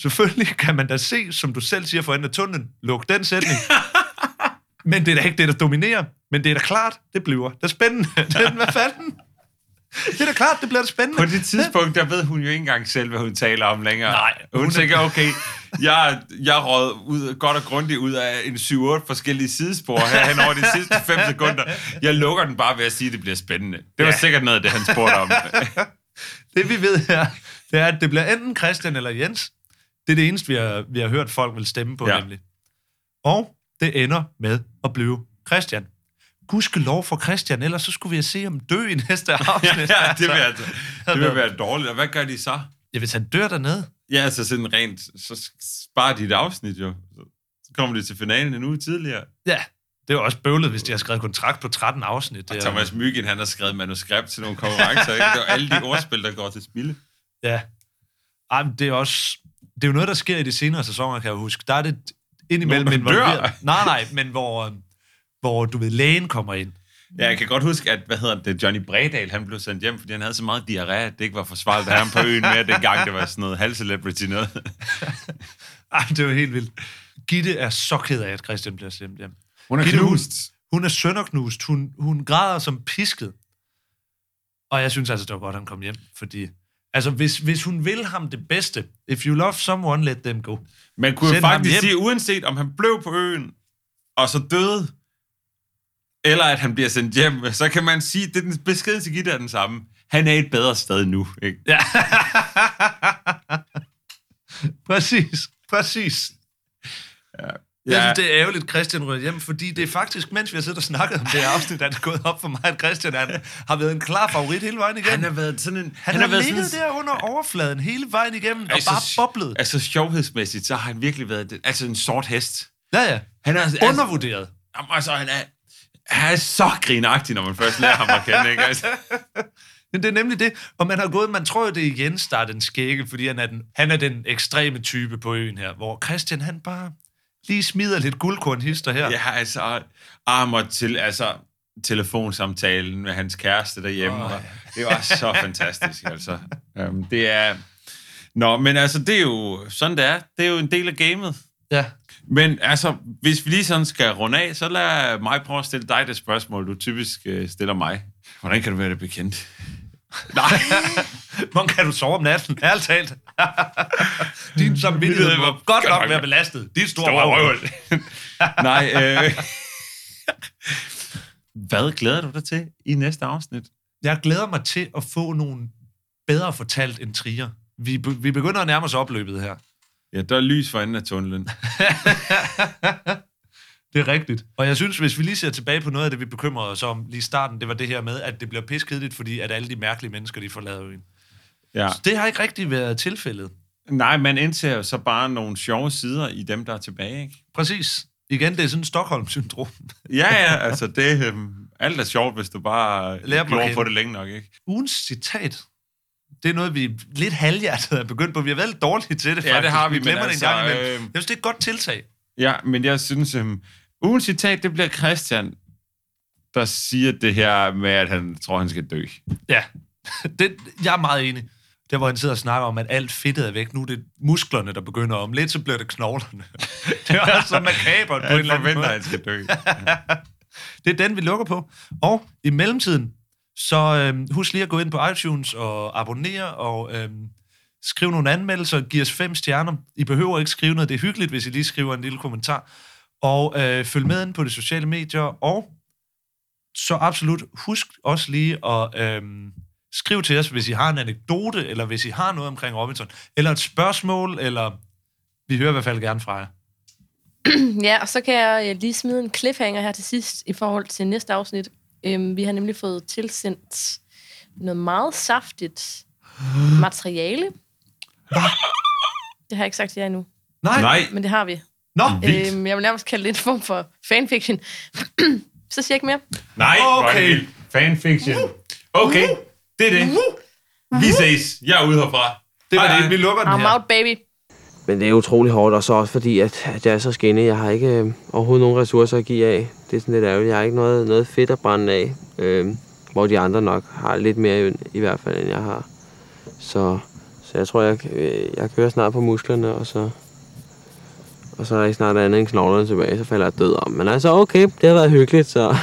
[SPEAKER 2] Selvfølgelig kan man da se, som du selv siger for enden af tunnelen, luk den sætning. Men det er da ikke det, der dominerer. Men det er da klart, det bliver da spændende. Den, hvad fanden? Det er da klart, det bliver da spændende.
[SPEAKER 3] På det tidspunkt, der ved hun jo ikke engang selv, hvad hun taler om længere.
[SPEAKER 2] Nej,
[SPEAKER 3] hun,
[SPEAKER 2] hun
[SPEAKER 3] hun
[SPEAKER 2] er-
[SPEAKER 3] tænker, okay, jeg, jeg råd ud, godt og grundigt ud af en 7-8 forskellige sidespor her hen over de sidste 5 sekunder. Jeg lukker den bare ved at sige, at det bliver spændende. Det var ja. sikkert noget af det, han spurgte om.
[SPEAKER 2] Det vi ved her, det er, at det bliver enten Christian eller Jens. Det er det eneste, vi har, vi har hørt folk vil stemme på,
[SPEAKER 3] Ja.
[SPEAKER 2] ja. nemlig. Og det ender med at blive Christian. Gudske lov for Christian, ellers så skulle vi se ham dø i næste
[SPEAKER 3] ja,
[SPEAKER 2] afsnit.
[SPEAKER 3] ja, det vil, altså, det vil være dårligt. Og hvad gør de så?
[SPEAKER 2] Ja, hvis han dør dernede.
[SPEAKER 3] Ja, altså sådan rent, så sparer de et afsnit jo. Så kommer de til finalen en uge tidligere.
[SPEAKER 2] Ja, det er jo også bøvlet, hvis de har skrevet kontrakt på 13 afsnit.
[SPEAKER 3] Og
[SPEAKER 2] Det er-
[SPEAKER 3] Thomas Mygind, han har skrevet manuskript til nogle konkurrencer, ikke? Det er jo alle de ordspil, der går til spilde.
[SPEAKER 2] Ja. Ej, men det er også... Det er jo noget, der sker i de senere sæsoner, kan jeg huske. Der er det indimellem
[SPEAKER 3] Nogen, der dør.
[SPEAKER 2] involveret. Nej, nej, men hvor, øhm, hvor du ved, lægen kommer ind.
[SPEAKER 3] Ja, jeg kan godt huske, at, hvad hedder det, Johnny Bredal, han blev sendt hjem, fordi han havde så meget diarré, at det ikke var forsvarligt at have ham på øen mere, dengang det var sådan noget halvcelebrity noget.
[SPEAKER 2] Ej, det var helt vildt. Gitte er så ked af, at Christian bliver stemt hjem.
[SPEAKER 3] Hun er
[SPEAKER 2] Gitte,
[SPEAKER 3] knust.
[SPEAKER 2] Hun, hun er sønderknust. Hun, hun græder som pisket. Og jeg synes altså, det var godt, at han kom hjem, fordi... Altså, hvis, hvis hun vil ham det bedste, if you love someone, let them go.
[SPEAKER 3] Man kunne jo
[SPEAKER 2] Send ham
[SPEAKER 3] faktisk
[SPEAKER 2] hjem.
[SPEAKER 3] sige, uanset om han blev på øen, og så døde, eller at han bliver sendt hjem, så kan man sige, det er den besked til Gitte er den samme. Han er et bedre sted nu, ikke?
[SPEAKER 2] Ja. præcis, præcis. Ja. Jeg synes, det er ærgerligt, Christian ryger hjem, fordi det er faktisk, mens vi har siddet og snakket om det her afsnit, at det er gået op for mig, at Christian han, har været en klar favorit hele vejen igennem.
[SPEAKER 3] Han har været sådan en...
[SPEAKER 2] Han, han har, har ligget der under overfladen hele vejen igennem og bare boblet.
[SPEAKER 3] Altså, sjovhedsmæssigt, så har han virkelig været den, altså en sort hest.
[SPEAKER 2] Ja, ja.
[SPEAKER 3] Han er, altså,
[SPEAKER 2] Undervurderet.
[SPEAKER 3] jamen, altså, han er, han er så grinagtig, når man først lærer ham at kende, ikke? Altså,
[SPEAKER 2] Men det er nemlig det. Og man har gået, man tror jo, det er Jens, der er den skægge, fordi han er den, han er den ekstreme type på øen her, hvor Christian han bare lige smider lidt guldkornhister her.
[SPEAKER 3] ja, altså, armer til, altså, telefonsamtalen med hans kæreste derhjemme.
[SPEAKER 2] Åh,
[SPEAKER 3] Oh,
[SPEAKER 2] ja.
[SPEAKER 3] ja. Det var så fantastisk, altså. Um, det er... Nå, men altså, det er jo... Sådan det er. Det er jo en del af gamet.
[SPEAKER 2] Ja.
[SPEAKER 3] Men altså, hvis vi lige sådan skal runde af, så lad mig prøve at stille dig det spørgsmål, du typisk øh, stiller mig. Hvordan kan du være det bekendt? Nej.
[SPEAKER 2] Hvordan kan du sove om natten? Ærligt talt. Din samvittighed var godt nok være belastet. Dit store røvhul.
[SPEAKER 3] Nej. Øh. Hvad glæder du dig til i næste afsnit?
[SPEAKER 2] Jeg glæder mig til at få nogle bedre fortalt end trier. Vi, be- vi begynder at nærme os opløbet her.
[SPEAKER 3] Ja, der er lys for enden af tunnelen.
[SPEAKER 2] Det er rigtigt. Og jeg synes, hvis vi lige ser tilbage på noget af det, vi bekymrede os om lige i starten, det var det her med, at det bliver piskedeligt, fordi at alle de mærkelige mennesker, de forlader øen.
[SPEAKER 3] Ja.
[SPEAKER 2] Så det har ikke rigtig været tilfældet.
[SPEAKER 3] Nej, man indser jo så bare nogle sjove sider i dem, der er tilbage, ikke?
[SPEAKER 2] Præcis. Igen, det er sådan Stockholm-syndrom.
[SPEAKER 3] Ja, ja, altså det... Øh, alt er sjovt, hvis du bare
[SPEAKER 2] Lærer dem at
[SPEAKER 3] glor på
[SPEAKER 2] kende.
[SPEAKER 3] det længe nok, ikke?
[SPEAKER 2] Ugens citat, det er noget, vi lidt halvhjertet er begyndt på. Vi er været lidt dårlige til det,
[SPEAKER 3] Ja,
[SPEAKER 2] faktisk.
[SPEAKER 3] det har vi,
[SPEAKER 2] vi
[SPEAKER 3] men
[SPEAKER 2] glemmer det en
[SPEAKER 3] altså,
[SPEAKER 2] gang imellem.
[SPEAKER 3] øh,
[SPEAKER 2] Jeg synes, det er et godt tiltag.
[SPEAKER 3] Ja, men jeg synes, øhm, ugens citat, det bliver Christian, der siger det her med, at han tror, han skal dø.
[SPEAKER 2] Ja, det, jeg er meget enig. Der, hvor han sidder og snakker om, at alt fedtet er væk. Nu er det musklerne, der begynder om. Lidt, så bliver det knoglerne. det var så makabert på en
[SPEAKER 3] Han
[SPEAKER 2] eller anden
[SPEAKER 3] forventer,
[SPEAKER 2] måde.
[SPEAKER 3] at han skal dø.
[SPEAKER 2] Det er den, vi lukker på. Og i mellemtiden, så øhm, husk lige at gå ind på iTunes og abonnere og øhm, skrive nogle anmeldelser. Giv os fem stjerner. I behøver ikke skrive noget. Det er hyggeligt, hvis I lige skriver en lille kommentar. Og øh, følg med ind på de sociale medier. Og så absolut husk også lige at øhm, skrive til os, hvis I har en anekdote, eller hvis I har noget omkring Robinson, eller et spørgsmål, eller vi hører i hvert fald gerne fra jer.
[SPEAKER 7] ja, og så kan jeg øh, lige smide en cliffhanger her til sidst i forhold til næste afsnit. Øhm, vi har nemlig fået tilsendt noget meget saftigt materiale. Det har jeg ikke sagt til jer endnu.
[SPEAKER 2] Nej.
[SPEAKER 3] Nej.
[SPEAKER 7] Men det har vi.
[SPEAKER 2] Nå,
[SPEAKER 7] Øhm, jeg vil nærmest kalde det en form for fanfiction. så siger jeg ikke mere.
[SPEAKER 3] Nej, hvor er det
[SPEAKER 2] Okay.
[SPEAKER 3] vildt. Fanfiction. Okay, det er det. Vi ses. Jeg er ude herfra.
[SPEAKER 2] Det var
[SPEAKER 3] Hej,
[SPEAKER 2] det.
[SPEAKER 3] hej.
[SPEAKER 2] Vi lukker den
[SPEAKER 7] I'm
[SPEAKER 2] her.
[SPEAKER 7] out, baby.
[SPEAKER 9] Men det er utrolig hårdt, og så også fordi, at at det er så skinne. Jeg har ikke øh, overhovedet nogen ressourcer at give af. Det er sådan lidt ærgerligt. Jeg har ikke noget, noget fedt at brænde af, øh, hvor de andre nok har lidt mere i, i hvert fald, end jeg har. Så, så jeg tror, jeg, øh, jeg kører snart på musklerne, og så, og så er der ikke snart andet end knoglerne tilbage, så falder jeg død om. Men altså, okay, det har været hyggeligt, så